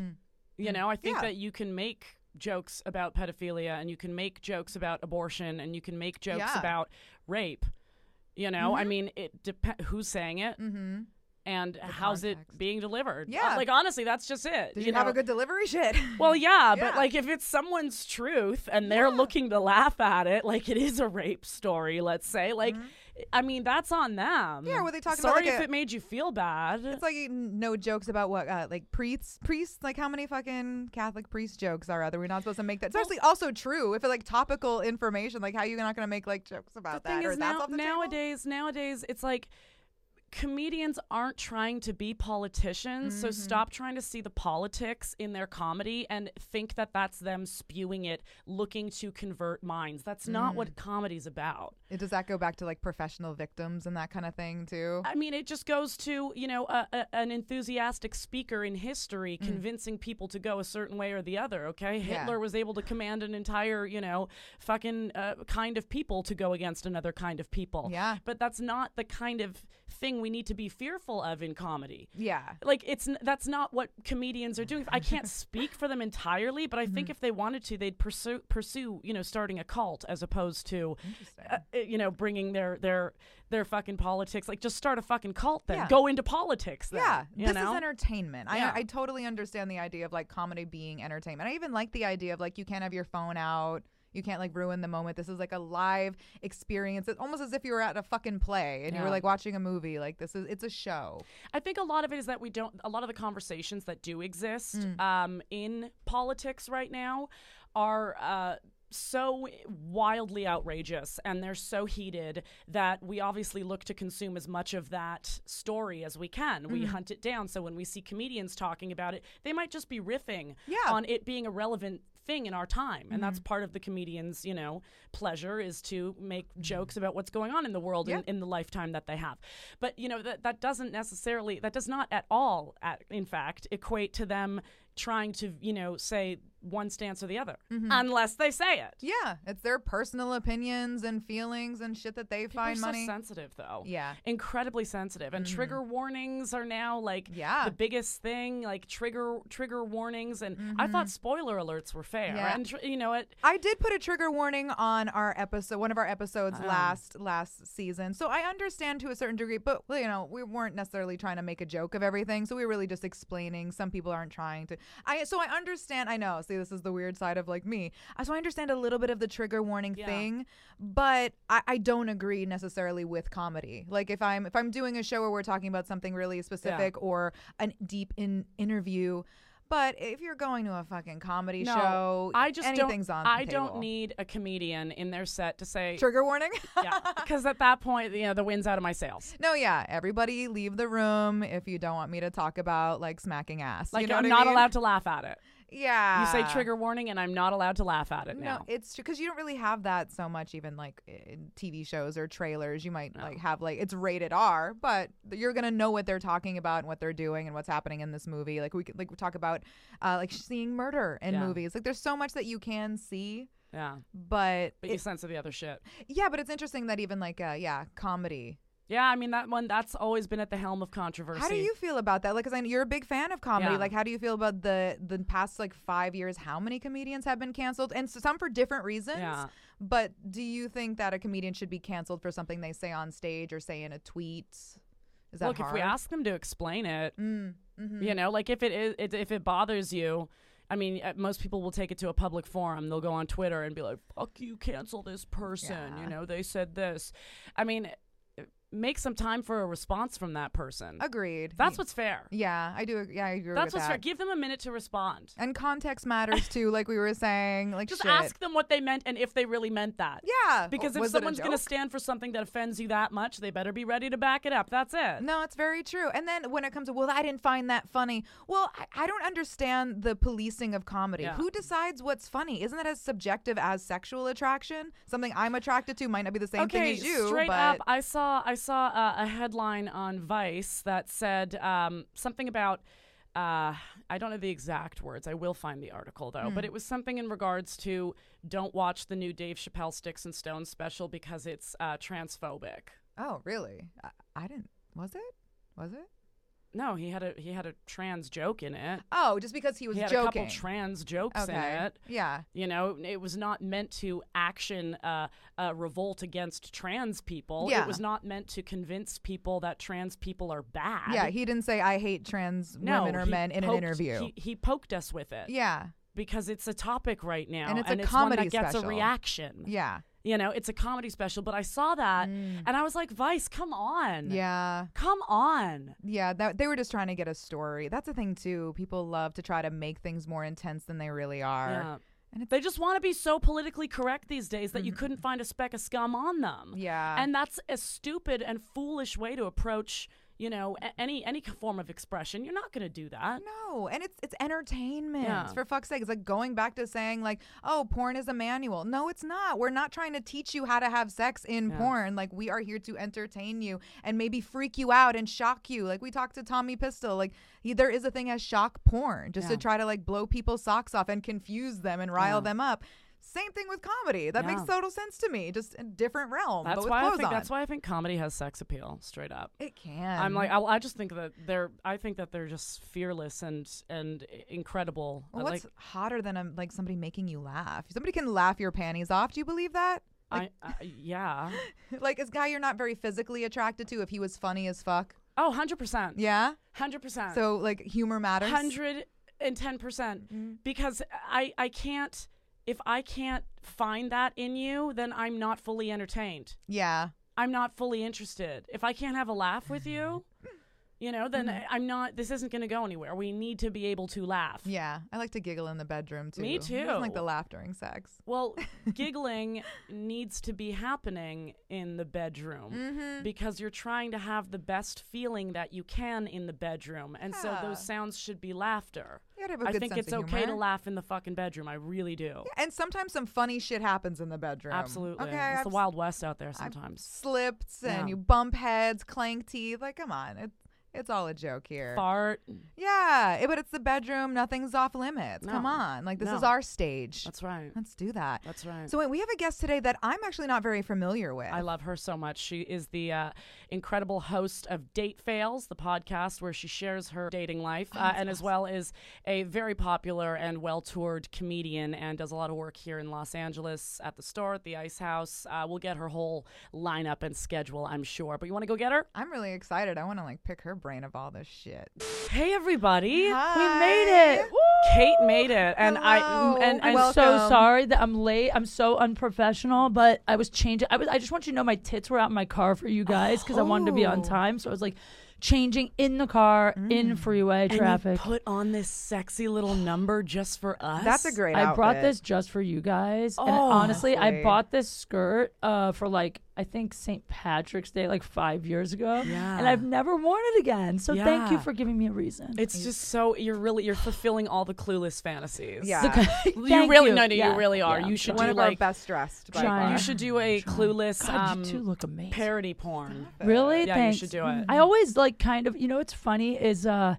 [SPEAKER 2] You know, I think
[SPEAKER 3] Mm. Yeah.
[SPEAKER 2] that you can make jokes about pedophilia and you can make jokes about abortion and you can make jokes
[SPEAKER 3] Yeah. Mm-hmm.
[SPEAKER 2] about rape. You know, I mean, it depends who's saying it
[SPEAKER 3] Mhm.
[SPEAKER 2] and how's
[SPEAKER 3] context.
[SPEAKER 2] it being delivered. Uh,
[SPEAKER 3] Yeah.
[SPEAKER 2] like honestly, that's just it.
[SPEAKER 3] Did you, have
[SPEAKER 2] know?
[SPEAKER 3] a good delivery shit?
[SPEAKER 2] Well, yeah, but
[SPEAKER 3] Yeah.
[SPEAKER 2] like if it's someone's truth and they're looking to laugh at it, like it is a rape story, let's say, like, I mean, that's on them.
[SPEAKER 3] Mm-hmm. Yeah, were they talking about,
[SPEAKER 2] Sorry
[SPEAKER 3] like,
[SPEAKER 2] if
[SPEAKER 3] a-
[SPEAKER 2] it made you feel bad.
[SPEAKER 3] It's like n- no jokes about what, uh, like priests, priests. Like how many fucking Catholic priest jokes are other? We're not supposed to make that. It's actually also true. If it's like topical information, like how you not going to make like jokes about
[SPEAKER 2] the thing
[SPEAKER 3] that?
[SPEAKER 2] is
[SPEAKER 3] or that's
[SPEAKER 2] now,
[SPEAKER 3] off the table?
[SPEAKER 2] nowadays nowadays it's like comedians aren't trying to be politicians so
[SPEAKER 3] Mm-hmm.
[SPEAKER 2] stop trying to see the politics in their comedy and think that that's them spewing it looking to convert minds that's not
[SPEAKER 3] Mm.
[SPEAKER 2] what comedy's about
[SPEAKER 3] It- does that go back to like professional victims and that kind of thing too?
[SPEAKER 2] i mean it just goes to you know a, a, an enthusiastic speaker in history convincing people to go a certain way or the other okay
[SPEAKER 3] Mm. Yeah.
[SPEAKER 2] hitler was able to command an entire you know fucking uh, kind of people to go against another kind of people
[SPEAKER 3] Yeah.
[SPEAKER 2] but that's not the kind of thing we need to be fearful of in comedy.
[SPEAKER 3] yeah.
[SPEAKER 2] Like it's n- that's not what comedians are doing. I can't speak for them entirely, but I
[SPEAKER 3] Mm-hmm.
[SPEAKER 2] think if they wanted to, they'd pursue pursue you know starting a cult as opposed to. Uh, you know, bringing their their their fucking politics, like just start a fucking cult, then
[SPEAKER 3] Yeah.
[SPEAKER 2] go into politics. Then,
[SPEAKER 3] Yeah,
[SPEAKER 2] you
[SPEAKER 3] this
[SPEAKER 2] know?
[SPEAKER 3] is entertainment.
[SPEAKER 2] Yeah.
[SPEAKER 3] I, I totally understand the idea of like comedy being entertainment. I even like the idea of like you can't have your phone out. You can't like ruin the moment. This is like a live experience. It's almost as if you were at a fucking play and you were
[SPEAKER 2] Yeah.
[SPEAKER 3] like watching a movie. Like this is it's a show.
[SPEAKER 2] I think a lot of it is that we don't. A lot of the conversations that do exist um, in politics right now are. Uh, so wildly outrageous and they're so heated that we obviously look to consume as much of that story as we can. We hunt it down. So when we see comedians talking about it, they might just be riffing
[SPEAKER 3] Yeah.
[SPEAKER 2] on it being a relevant thing in our time. And that's
[SPEAKER 3] Mm-hmm.
[SPEAKER 2] part of the comedian's, you know, pleasure is to make jokes about what's going on in the world
[SPEAKER 3] Yeah.
[SPEAKER 2] in, in the lifetime that they have. But, you know, that, that doesn't necessarily, that does not at all, at, in fact, equate to them trying to, you know, say one stance or the other,
[SPEAKER 3] Mm-hmm.
[SPEAKER 2] unless they say it.
[SPEAKER 3] Yeah, it's their personal opinions and feelings and shit that they
[SPEAKER 2] People are
[SPEAKER 3] find money.
[SPEAKER 2] so sensitive, though.
[SPEAKER 3] Yeah. Mm-hmm.
[SPEAKER 2] incredibly sensitive, and trigger warnings are now like
[SPEAKER 3] Yeah.
[SPEAKER 2] the biggest thing. Like trigger trigger warnings, and I thought spoiler alerts were fair,
[SPEAKER 3] Mm-hmm. Yeah.
[SPEAKER 2] and tr- you know it.
[SPEAKER 3] I did put a trigger warning on our episode, one of our episodes last last season. So I understand to a certain degree, but well, you know, we weren't necessarily trying to make a joke of everything. So we were really just explaining. Some people aren't trying to. I so I understand. I know. See, this is the weird side of like me. Uh, So I understand a little bit of the trigger warning
[SPEAKER 2] Yeah.
[SPEAKER 3] thing, but I, I don't agree necessarily with comedy. Like if I'm if I'm doing a show where we're talking about something really specific or a deep in interview. But if you're going to a fucking comedy show,
[SPEAKER 2] I just
[SPEAKER 3] anything's
[SPEAKER 2] don't.
[SPEAKER 3] on. the
[SPEAKER 2] I don't
[SPEAKER 3] table.
[SPEAKER 2] need a comedian in their set to say,
[SPEAKER 3] Trigger warning?
[SPEAKER 2] yeah, because at that point, you know, the wind's out of my sails.
[SPEAKER 3] no, yeah. Everybody leave the room if you don't want me to talk about like smacking ass.
[SPEAKER 2] Like
[SPEAKER 3] you know
[SPEAKER 2] I'm
[SPEAKER 3] what I
[SPEAKER 2] not
[SPEAKER 3] mean?
[SPEAKER 2] allowed to laugh at it.
[SPEAKER 3] Yeah.
[SPEAKER 2] You say trigger warning, and I'm not allowed to laugh at it
[SPEAKER 3] No,
[SPEAKER 2] now.
[SPEAKER 3] it's because you don't really have that so much, even like in TV shows or trailers. You might like have like it's rated R, but you're gonna know what they're talking about and what they're doing and what's happening in this movie. Like we could like we talk about uh, like seeing murder in
[SPEAKER 2] Yeah.
[SPEAKER 3] movies. Like there's so much that you can see,
[SPEAKER 2] yeah,
[SPEAKER 3] but,
[SPEAKER 2] but you censor the other shit.
[SPEAKER 3] yeah. But it's interesting that even like uh, yeah, comedy
[SPEAKER 2] Yeah, I mean that one. That's always been at the helm of controversy.
[SPEAKER 3] How do you feel about that? Like, cause I know you're a big fan of comedy.
[SPEAKER 2] Yeah.
[SPEAKER 3] Like, how do you feel about the the past like five years? How many comedians have been canceled, and so some for different reasons?
[SPEAKER 2] Yeah.
[SPEAKER 3] But do you think that a comedian should be canceled for something they say on stage or say in a tweet? Is that
[SPEAKER 2] look
[SPEAKER 3] hard?
[SPEAKER 2] if we ask them to explain it?
[SPEAKER 3] Mm, mhm.
[SPEAKER 2] You know, like if it is, it, if it bothers you. I mean, uh, most people will take it to a public forum. They'll go on Twitter and be like, "Fuck you, cancel this person."
[SPEAKER 3] Yeah.
[SPEAKER 2] You know, they said this. I mean, uh, make some time for a response from that person.
[SPEAKER 3] Agreed.
[SPEAKER 2] That's what's fair.
[SPEAKER 3] Yeah, I do. ag- Yeah, I agree
[SPEAKER 2] That's
[SPEAKER 3] with
[SPEAKER 2] what's
[SPEAKER 3] that.
[SPEAKER 2] fair. Give them a minute to respond.
[SPEAKER 3] And context matters too, like we were saying. Like
[SPEAKER 2] Just
[SPEAKER 3] shit.
[SPEAKER 2] ask them what they meant and if they really meant that.
[SPEAKER 3] Yeah.
[SPEAKER 2] Because if
[SPEAKER 3] Was it a
[SPEAKER 2] someone's going to
[SPEAKER 3] joke?
[SPEAKER 2] stand for something that offends you that much, they better be ready to back it up. That's it.
[SPEAKER 3] No, it's very true. And then when it comes to, well, I didn't find that funny. Well, I, I don't understand the policing of comedy.
[SPEAKER 2] Yeah.
[SPEAKER 3] Who decides what's funny? Isn't that as subjective as sexual attraction? Something I'm attracted to might not be the same
[SPEAKER 2] okay,
[SPEAKER 3] thing as you.
[SPEAKER 2] straight
[SPEAKER 3] but
[SPEAKER 2] up, I saw I saw uh, a headline on Vice that said um, something about uh, I don't know the exact words. I will find the article though,
[SPEAKER 3] Hmm.
[SPEAKER 2] but it was something in regards to don't watch the new Dave Chappelle Sticks and Stones special because it's uh, transphobic.
[SPEAKER 3] oh, really? I, I didn't. Was it? Was it?
[SPEAKER 2] No, he had a he had a trans joke in it.
[SPEAKER 3] Oh, just because he was
[SPEAKER 2] He had a
[SPEAKER 3] joking.
[SPEAKER 2] couple trans jokes in
[SPEAKER 3] okay.
[SPEAKER 2] it.
[SPEAKER 3] Yeah.
[SPEAKER 2] You know, it was not meant to action uh, a revolt against trans people.
[SPEAKER 3] Yeah.
[SPEAKER 2] It was not meant to convince people that trans people are bad.
[SPEAKER 3] Yeah. He didn't say I hate trans
[SPEAKER 2] no,
[SPEAKER 3] women or
[SPEAKER 2] he
[SPEAKER 3] men in an
[SPEAKER 2] poked-
[SPEAKER 3] interview.
[SPEAKER 2] He, uh, he poked us with it
[SPEAKER 3] yeah.
[SPEAKER 2] because it's a topic right now,
[SPEAKER 3] And it's a
[SPEAKER 2] one
[SPEAKER 3] comedy
[SPEAKER 2] that gets
[SPEAKER 3] special.
[SPEAKER 2] a reaction.
[SPEAKER 3] Yeah. Mm.
[SPEAKER 2] You know, it's a comedy special. But I saw that and I was like, Vice, come on,
[SPEAKER 3] Yeah.
[SPEAKER 2] come on.
[SPEAKER 3] Yeah, that they were just trying to get a story. That's the thing too. People love to try to make things more intense than they really are.
[SPEAKER 2] Yeah.
[SPEAKER 3] And it's- Mm-hmm.
[SPEAKER 2] they just want to be so politically correct these days that you couldn't find a speck of scum on them.
[SPEAKER 3] Yeah.
[SPEAKER 2] and that's a stupid and foolish way to approach, you know, a- any any form of expression. You're not going to do that.
[SPEAKER 3] no, and it's it's entertainment.
[SPEAKER 2] Yeah.
[SPEAKER 3] For fuck's sake, it's like going back to saying like, "Oh, porn is a manual." No, it's not. We're not trying to teach you how to have sex in porn. Like we are here to entertain you and maybe freak you out and shock you. Like we talked to Tommy Pistol, like he, there is a thing as shock porn just to
[SPEAKER 2] Yeah.
[SPEAKER 3] try to like blow people's socks off and confuse them and rile them up. Same thing with comedy. That makes
[SPEAKER 2] Yeah.
[SPEAKER 3] total sense to me. Just a different realm. but
[SPEAKER 2] That's
[SPEAKER 3] with
[SPEAKER 2] why I
[SPEAKER 3] clothes
[SPEAKER 2] think
[SPEAKER 3] on.
[SPEAKER 2] that's why I think comedy has sex appeal, straight up.
[SPEAKER 3] It can.
[SPEAKER 2] I'm like I, I just think that they're I think that they're just fearless and and incredible.
[SPEAKER 3] Well,
[SPEAKER 2] like
[SPEAKER 3] what's hotter than um like somebody making you laugh? Somebody can laugh your panties off. Do you believe that?
[SPEAKER 2] I, I yeah.
[SPEAKER 3] Like this guy you're not very physically attracted to, if he was funny as fuck,
[SPEAKER 2] Oh, 100%.
[SPEAKER 3] yeah.
[SPEAKER 2] 100%.
[SPEAKER 3] So like humor matters. Mm-hmm.
[SPEAKER 2] hundred and ten percent because I I can't if I can't find that in you, then I'm not fully entertained.
[SPEAKER 3] Yeah,
[SPEAKER 2] I'm not fully interested. If I can't have a laugh with you, you know, then
[SPEAKER 3] Mm-hmm.
[SPEAKER 2] I, I'm not. This isn't going to go anywhere. We need to be able to laugh.
[SPEAKER 3] yeah. I like to giggle in the bedroom too.
[SPEAKER 2] Me
[SPEAKER 3] Who doesn't like
[SPEAKER 2] too.
[SPEAKER 3] the laugh during sex.
[SPEAKER 2] Well, giggling needs to be happening in the bedroom
[SPEAKER 3] Mm-hmm.
[SPEAKER 2] because you're trying to have the best feeling that you can in the bedroom, and
[SPEAKER 3] Yeah.
[SPEAKER 2] so those sounds should be laughter.
[SPEAKER 3] You gotta have a
[SPEAKER 2] I
[SPEAKER 3] good
[SPEAKER 2] think
[SPEAKER 3] sense
[SPEAKER 2] it's
[SPEAKER 3] of
[SPEAKER 2] okay to
[SPEAKER 3] humor.
[SPEAKER 2] laugh in the fucking bedroom. I really do.
[SPEAKER 3] And sometimes some funny shit happens in the bedroom.
[SPEAKER 2] Absolutely.
[SPEAKER 3] Okay.
[SPEAKER 2] it's
[SPEAKER 3] I've
[SPEAKER 2] the Wild West out there sometimes.
[SPEAKER 3] Slipped and
[SPEAKER 2] Yeah.
[SPEAKER 3] you bump heads, clank teeth. Like, come on. It's it's all a joke here.
[SPEAKER 2] Fart.
[SPEAKER 3] Yeah, it- but it's the bedroom. Nothing's off limits. Come
[SPEAKER 2] No.
[SPEAKER 3] on. Like, this is
[SPEAKER 2] No.
[SPEAKER 3] our stage.
[SPEAKER 2] That's right.
[SPEAKER 3] Let's do that.
[SPEAKER 2] That's right.
[SPEAKER 3] So, wait, we have a guest today that I'm actually not very familiar with.
[SPEAKER 2] I love her so much. She is the uh, incredible host of Date Fails, the podcast where she shares her dating life,
[SPEAKER 3] Oh,
[SPEAKER 2] uh, and as well is a very popular and well toured comedian and does a lot of work here in Los Angeles at the store, at the Ice House. Uh, we'll get her whole lineup and schedule, I'm sure. But you want to go get her?
[SPEAKER 3] I'm really excited. I want to like pick her brain of all this shit.
[SPEAKER 2] Hey, everybody.
[SPEAKER 3] Hi.
[SPEAKER 2] We made it. Kate made it. And
[SPEAKER 3] Hello.
[SPEAKER 2] I, and, and
[SPEAKER 1] I'm
[SPEAKER 3] Welcome.
[SPEAKER 1] so sorry that I'm late. I'm so unprofessional, but I was changing. I was. I just want you to know my tits were out in my car for you guys because I wanted to be on
[SPEAKER 3] Oh.
[SPEAKER 1] time. So I was like changing in the car in freeway
[SPEAKER 2] Mm. And
[SPEAKER 1] traffic.
[SPEAKER 2] you put on this sexy little number just for us.
[SPEAKER 3] That's a great.
[SPEAKER 1] I brought
[SPEAKER 3] outfit.
[SPEAKER 1] this just for you guys, and
[SPEAKER 2] Oh.
[SPEAKER 1] honestly, I
[SPEAKER 3] Lovely.
[SPEAKER 1] bought this skirt uh, for like I think St. Patrick's Day, like five years ago,
[SPEAKER 2] Yeah.
[SPEAKER 1] and I've never worn it again. So thank you
[SPEAKER 2] Yeah.
[SPEAKER 1] for giving me a reason.
[SPEAKER 2] It's just so you're really you're fulfilling all the clueless fantasies.
[SPEAKER 3] Yeah.
[SPEAKER 1] you
[SPEAKER 2] you really no no you really are. you should
[SPEAKER 3] One
[SPEAKER 2] do
[SPEAKER 3] of our
[SPEAKER 2] like
[SPEAKER 3] best dressed. By
[SPEAKER 1] Giant.
[SPEAKER 3] far.
[SPEAKER 2] you should do a clueless
[SPEAKER 1] God,
[SPEAKER 2] um,
[SPEAKER 1] you two look amazing.
[SPEAKER 2] parody porn.
[SPEAKER 1] Really?
[SPEAKER 2] Yeah,
[SPEAKER 1] Thanks.
[SPEAKER 2] you should do
[SPEAKER 3] Mm,
[SPEAKER 2] it.
[SPEAKER 1] I always like kind of you know what's funny is uh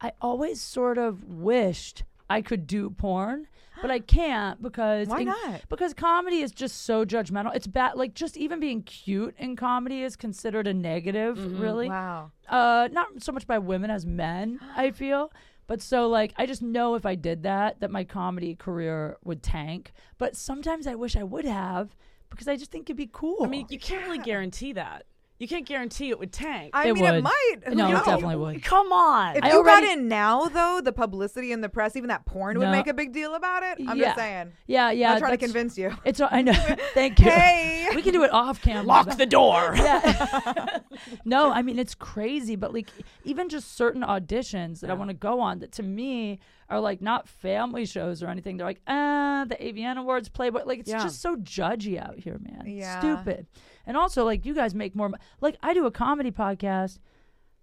[SPEAKER 1] I always sort of wished I could do porn, but I can't because
[SPEAKER 3] Why not?
[SPEAKER 1] Because comedy is just so judgmental. It's bad like just even being cute in comedy is considered a negative, really.
[SPEAKER 3] Wow.
[SPEAKER 1] Uh not so much by women as men, I feel. But so like I just know if I did that that my comedy career would tank. But sometimes I wish I would have because I just think it'd be cool.
[SPEAKER 2] I mean, you can't really guarantee that. You can't guarantee it would tank.
[SPEAKER 3] I
[SPEAKER 1] It
[SPEAKER 3] mean, it
[SPEAKER 1] would.
[SPEAKER 3] might. Who
[SPEAKER 1] No, it
[SPEAKER 3] knows?
[SPEAKER 1] definitely would.
[SPEAKER 2] Come on.
[SPEAKER 3] If
[SPEAKER 1] I
[SPEAKER 3] you
[SPEAKER 1] already-
[SPEAKER 3] got in now, though, the publicity and the press, even that porn would
[SPEAKER 1] No.
[SPEAKER 3] make a big deal about it. I'm
[SPEAKER 1] Yeah.
[SPEAKER 3] just saying.
[SPEAKER 1] Yeah, yeah.
[SPEAKER 3] I'm trying to
[SPEAKER 1] that's-
[SPEAKER 3] convince you.
[SPEAKER 1] It's. I know. Thank you.
[SPEAKER 3] Hey.
[SPEAKER 1] We can do it off camera.
[SPEAKER 2] Lock the door.
[SPEAKER 1] Yeah. no, I mean it's crazy, but like even just certain auditions that I want to go on that to me are like not family shows or anything. They're like, uh, the AVN Awards, Playboy. Like it's
[SPEAKER 2] Yeah.
[SPEAKER 1] just so judgy out here, man. It's
[SPEAKER 3] Yeah.
[SPEAKER 1] Stupid. And also, like you guys make more. mo- Like I do a comedy podcast.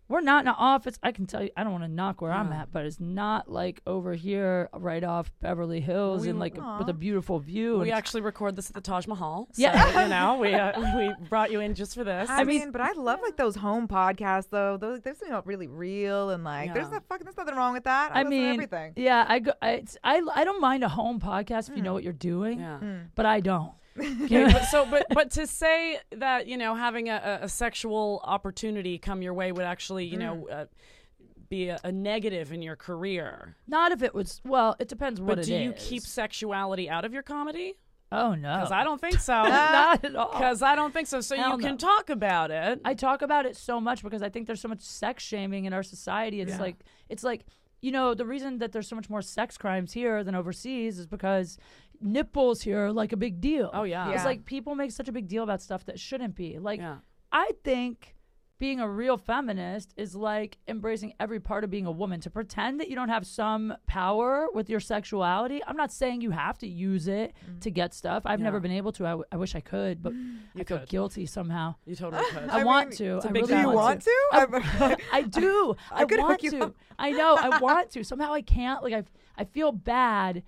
[SPEAKER 1] We're not in an office. I can tell you, I don't want to knock where I'm at, but it's not like over here, right off Beverly Hills,
[SPEAKER 2] We-
[SPEAKER 1] and like
[SPEAKER 3] Aw.
[SPEAKER 1] with a beautiful view. and
[SPEAKER 2] We
[SPEAKER 1] it's
[SPEAKER 2] actually record this at the Taj Mahal. So,
[SPEAKER 1] Yeah.
[SPEAKER 2] you know, we, uh, we brought you in just for this.
[SPEAKER 3] I,
[SPEAKER 1] I
[SPEAKER 3] mean,
[SPEAKER 1] mean-
[SPEAKER 3] but I love like those home podcasts though. Those those feel really real and like there's
[SPEAKER 2] Yeah.
[SPEAKER 3] not fucking there's nothing wrong with that. I,
[SPEAKER 1] I
[SPEAKER 3] listen to
[SPEAKER 1] mean,
[SPEAKER 3] everything.
[SPEAKER 1] yeah, I go. I, it's, I I don't mind a home podcast if you know what you're doing,
[SPEAKER 2] Hmm. Yeah.
[SPEAKER 1] but I don't.
[SPEAKER 2] Okay, but so, but but to say that you know having a, a a sexual opportunity come your way would actually you know
[SPEAKER 1] Mm.
[SPEAKER 2] uh, be a, a negative in your career.
[SPEAKER 1] Not if it was. Well, it depends what
[SPEAKER 2] But
[SPEAKER 1] it
[SPEAKER 2] do you
[SPEAKER 1] is.
[SPEAKER 2] keep sexuality out of your comedy?
[SPEAKER 1] Oh no,
[SPEAKER 2] Because I don't Ah, think so.
[SPEAKER 1] not at all.
[SPEAKER 2] Because I don't think so. So you
[SPEAKER 1] Hell no.
[SPEAKER 2] can talk about it.
[SPEAKER 1] I talk about it so much because I think there's so much sex shaming in our society. It's like it's like you know the reason that there's so much more sex crimes here than overseas is because nipples here are like a big deal.
[SPEAKER 2] Oh yeah.
[SPEAKER 3] Yeah.
[SPEAKER 1] It's like people make such a big deal about stuff that shouldn't be. Like
[SPEAKER 2] Yeah.
[SPEAKER 1] I think being a real feminist is like embracing every part of being a woman. To pretend that you don't have some power with your sexuality, I'm not saying you have to use it to get stuff. I've never
[SPEAKER 2] Yeah.
[SPEAKER 1] been able to. I, w- I wish I could, but I feel
[SPEAKER 2] could.
[SPEAKER 1] guilty somehow.
[SPEAKER 2] You totally could.
[SPEAKER 1] I,
[SPEAKER 3] I
[SPEAKER 1] want
[SPEAKER 3] mean,
[SPEAKER 1] to.
[SPEAKER 2] it's a
[SPEAKER 1] I
[SPEAKER 2] big
[SPEAKER 1] really
[SPEAKER 3] Do you
[SPEAKER 2] want
[SPEAKER 3] want to?
[SPEAKER 1] I,
[SPEAKER 3] I'm-
[SPEAKER 1] I do. I,
[SPEAKER 3] could hook
[SPEAKER 1] want
[SPEAKER 3] you
[SPEAKER 1] to.
[SPEAKER 3] up.
[SPEAKER 1] I know. I want to. Somehow I can't. Like I, I feel bad,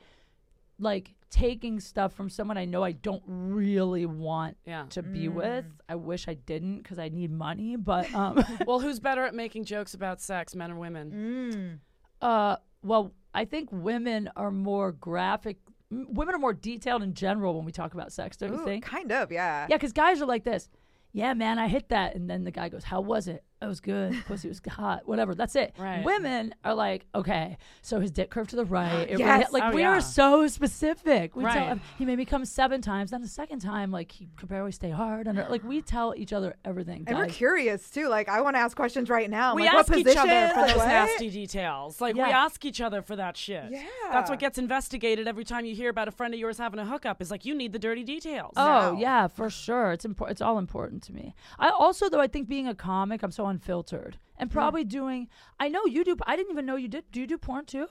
[SPEAKER 1] like taking stuff from someone I know I don't really want
[SPEAKER 2] Yeah.
[SPEAKER 1] to be with.
[SPEAKER 2] Mm.
[SPEAKER 1] I wish I didn't because I need money. But um,
[SPEAKER 2] Well, who's better at making jokes about sex, men or women?
[SPEAKER 3] Mm.
[SPEAKER 1] uh, well, I think women are more graphic. m- Women are more detailed in general when we talk about sex. Don't you
[SPEAKER 3] Ooh,
[SPEAKER 1] think?
[SPEAKER 3] kind of, yeah.
[SPEAKER 1] Yeah, because guys are like this. Yeah, man, I hit that, and then the guy goes, "How was it? It was good. Pussy was hot. Whatever. That's it."
[SPEAKER 2] Right.
[SPEAKER 1] Women are like, "Okay, so his dick curved to the right. It
[SPEAKER 3] Yes.
[SPEAKER 1] hit- like
[SPEAKER 2] Oh,
[SPEAKER 1] we
[SPEAKER 2] yeah.
[SPEAKER 1] are so specific. We tell
[SPEAKER 2] Right.
[SPEAKER 1] him he made me come seven times. Then the second time, like he could barely stay hard. Under like we tell each other everything.
[SPEAKER 3] And we're
[SPEAKER 1] guys.
[SPEAKER 3] curious too. Like I want to ask questions right now. I'm
[SPEAKER 2] we
[SPEAKER 3] like,
[SPEAKER 2] ask
[SPEAKER 3] what
[SPEAKER 2] each
[SPEAKER 3] position?
[SPEAKER 2] other for
[SPEAKER 3] Like,
[SPEAKER 2] those
[SPEAKER 3] what?
[SPEAKER 2] nasty details. Like we
[SPEAKER 1] Yeah.
[SPEAKER 2] ask each other for that shit. That's
[SPEAKER 3] Yeah.
[SPEAKER 2] what gets investigated every time you hear about a friend of yours having a hookup. Is like you need the dirty details.
[SPEAKER 1] Oh
[SPEAKER 3] now.
[SPEAKER 1] yeah, for sure. It's important. It's all important to me. I also though I think being a comic, I'm so unfiltered and probably doing. I know you do. I didn't even know you did. Do you do porn too?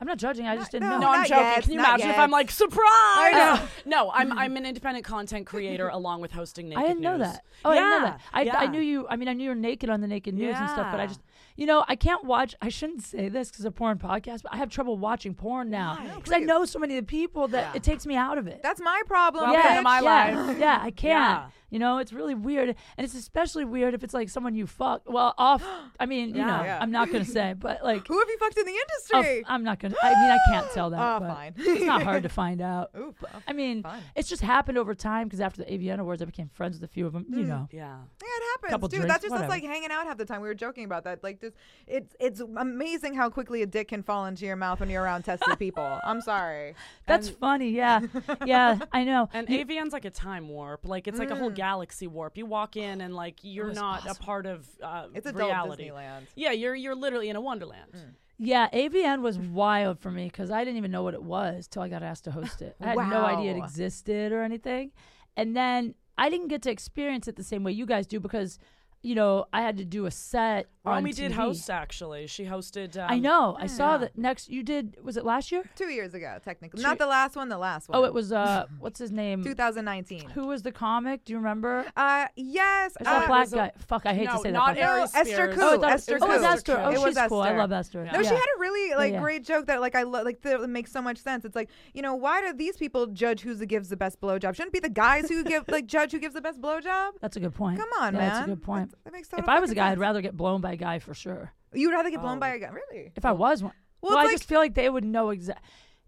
[SPEAKER 1] I'm not judging. I just didn't
[SPEAKER 3] no,
[SPEAKER 1] know.
[SPEAKER 2] no, I'm
[SPEAKER 3] not
[SPEAKER 2] joking.
[SPEAKER 3] yet,
[SPEAKER 2] Can you
[SPEAKER 3] not
[SPEAKER 2] imagine if
[SPEAKER 3] yet.
[SPEAKER 2] I'm like surprise?
[SPEAKER 3] I
[SPEAKER 2] no, I'm I'm an independent content creator along with hosting Naked
[SPEAKER 1] I didn't know
[SPEAKER 2] News.
[SPEAKER 1] that. Oh, I didn't know
[SPEAKER 2] Yeah,
[SPEAKER 1] that. I, I
[SPEAKER 2] yeah.
[SPEAKER 1] knew you. I mean, I knew you were naked on the Naked News and stuff, but I
[SPEAKER 2] Yeah.
[SPEAKER 1] just, you know, I can't watch. I shouldn't say this because it's a porn podcast, but I have trouble watching porn now
[SPEAKER 3] Why?
[SPEAKER 1] because I know so many of the people that it takes me out of it.
[SPEAKER 3] That's my problem.
[SPEAKER 2] Well, Welcome
[SPEAKER 1] Oh, yeah,
[SPEAKER 2] to my
[SPEAKER 1] yeah,
[SPEAKER 2] life.
[SPEAKER 1] Yeah, I can't.
[SPEAKER 2] Yeah.
[SPEAKER 1] You know, it's really weird, and it's especially weird if it's like someone you fuck. Well, off. I mean, you
[SPEAKER 2] Yeah.
[SPEAKER 1] know,
[SPEAKER 3] Yeah.
[SPEAKER 1] I'm not gonna say, but like,
[SPEAKER 3] Who have you fucked in the
[SPEAKER 1] off-
[SPEAKER 3] industry?
[SPEAKER 1] I'm not gonna. I mean, I can't tell that.
[SPEAKER 3] Oh,
[SPEAKER 1] but
[SPEAKER 3] fine.
[SPEAKER 1] it's not hard to find out.
[SPEAKER 2] uh,
[SPEAKER 3] Ooh,
[SPEAKER 1] But, I mean,
[SPEAKER 3] fun.
[SPEAKER 1] it's just happened over time because after the AVN awards, I became friends with a few of them.
[SPEAKER 2] Hmm.
[SPEAKER 1] You know.
[SPEAKER 2] Yeah.
[SPEAKER 3] Yeah, it happens,
[SPEAKER 1] Couple
[SPEAKER 3] dude.
[SPEAKER 1] drinks,
[SPEAKER 3] That's just us
[SPEAKER 1] whatever.
[SPEAKER 3] like hanging out half the time. We were joking about that. Like, just it's it's amazing how quickly a dick can fall into your mouth when you're around tested people. I'm sorry.
[SPEAKER 1] That's funny. Yeah. Yeah, I know.
[SPEAKER 2] And AVN's like a time warp. Like it's like a
[SPEAKER 3] Mm.
[SPEAKER 2] whole galaxy warp. You walk in and like you're not a part of uh,
[SPEAKER 3] It's adult
[SPEAKER 2] reality.
[SPEAKER 3] Disneyland. Mm.
[SPEAKER 2] Yeah, you're you're literally in a wonderland.
[SPEAKER 1] Yeah, AVN was wild for me because I didn't even know what it was till I got asked to host it. I had no idea it
[SPEAKER 3] Wow.
[SPEAKER 1] existed or anything. And then I didn't get to experience it the same way you guys do because, you know, I had to do a set. on
[SPEAKER 2] Romy did
[SPEAKER 1] TV.
[SPEAKER 2] host actually. She hosted. Um,
[SPEAKER 1] I know. I saw
[SPEAKER 2] Yeah.
[SPEAKER 1] that next. You did. Was it last year?
[SPEAKER 3] Two years ago, technically. Not the last one. The last one.
[SPEAKER 1] Oh, it was. uh What's his name?
[SPEAKER 3] 2019.
[SPEAKER 1] Who was the comic? Do you remember?
[SPEAKER 3] Uh, yes.
[SPEAKER 1] I saw
[SPEAKER 3] Uh,
[SPEAKER 1] a black
[SPEAKER 2] was a-
[SPEAKER 1] guy. Fuck, I hate to
[SPEAKER 2] No,
[SPEAKER 1] say
[SPEAKER 2] not
[SPEAKER 1] that. black-
[SPEAKER 2] Ari
[SPEAKER 3] no, Esther
[SPEAKER 2] Spears.
[SPEAKER 3] Koo.
[SPEAKER 1] Oh, I thought it-
[SPEAKER 3] Esther
[SPEAKER 1] oh, it was
[SPEAKER 3] Koo.
[SPEAKER 1] Esther. Oh,
[SPEAKER 3] It
[SPEAKER 1] she's
[SPEAKER 3] was
[SPEAKER 1] cool. I
[SPEAKER 3] Esther.
[SPEAKER 1] love Esther.
[SPEAKER 3] No, she
[SPEAKER 1] Yeah.
[SPEAKER 3] had a really like
[SPEAKER 1] yeah.
[SPEAKER 3] great joke that like I lo- like that makes so much sense. It's like you know why do these people judge who gives the best blowjob? Shouldn't it be the guys who give like judge who gives the best blowjob?
[SPEAKER 1] That's a good point.
[SPEAKER 3] Come on,
[SPEAKER 1] Yeah,
[SPEAKER 3] man.
[SPEAKER 1] That's a good point.
[SPEAKER 3] That makes total
[SPEAKER 1] If I was a
[SPEAKER 3] fucking
[SPEAKER 1] guy, I'd Oh.
[SPEAKER 3] sense.
[SPEAKER 1] rather get blown by a guy for sure.
[SPEAKER 3] You'd rather get blown by a guy, really?
[SPEAKER 1] If I was one,
[SPEAKER 3] Well,
[SPEAKER 1] well,
[SPEAKER 3] it's
[SPEAKER 1] I
[SPEAKER 3] like-
[SPEAKER 1] just feel like they would know exact.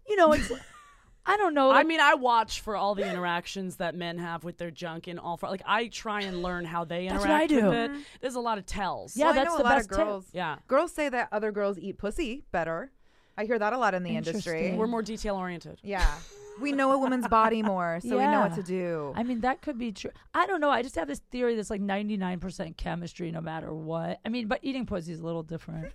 [SPEAKER 1] You know, it's. I don't know.
[SPEAKER 2] I
[SPEAKER 1] Like,
[SPEAKER 2] mean, I watch for all the interactions that men have with their junk in all. For, like, I try and learn how they
[SPEAKER 1] That's
[SPEAKER 2] interact
[SPEAKER 1] what I
[SPEAKER 2] with
[SPEAKER 1] do.
[SPEAKER 2] it. There's a lot of tells.
[SPEAKER 1] Yeah,
[SPEAKER 3] well, I
[SPEAKER 1] that's
[SPEAKER 3] know
[SPEAKER 1] the
[SPEAKER 3] a lot
[SPEAKER 1] best
[SPEAKER 3] of
[SPEAKER 1] tip.
[SPEAKER 3] girls.
[SPEAKER 2] Yeah.
[SPEAKER 3] girls say that other girls eat pussy better. I hear that a lot in the industry.
[SPEAKER 1] Interesting.
[SPEAKER 2] We're more detail oriented.
[SPEAKER 3] Yeah, we know a woman's body more, so we know what
[SPEAKER 1] Yeah.
[SPEAKER 3] to do.
[SPEAKER 1] I mean, that could be true. I don't know. I just have this theory that's like 99% chemistry no matter what. I mean, but eating pussy is a little different.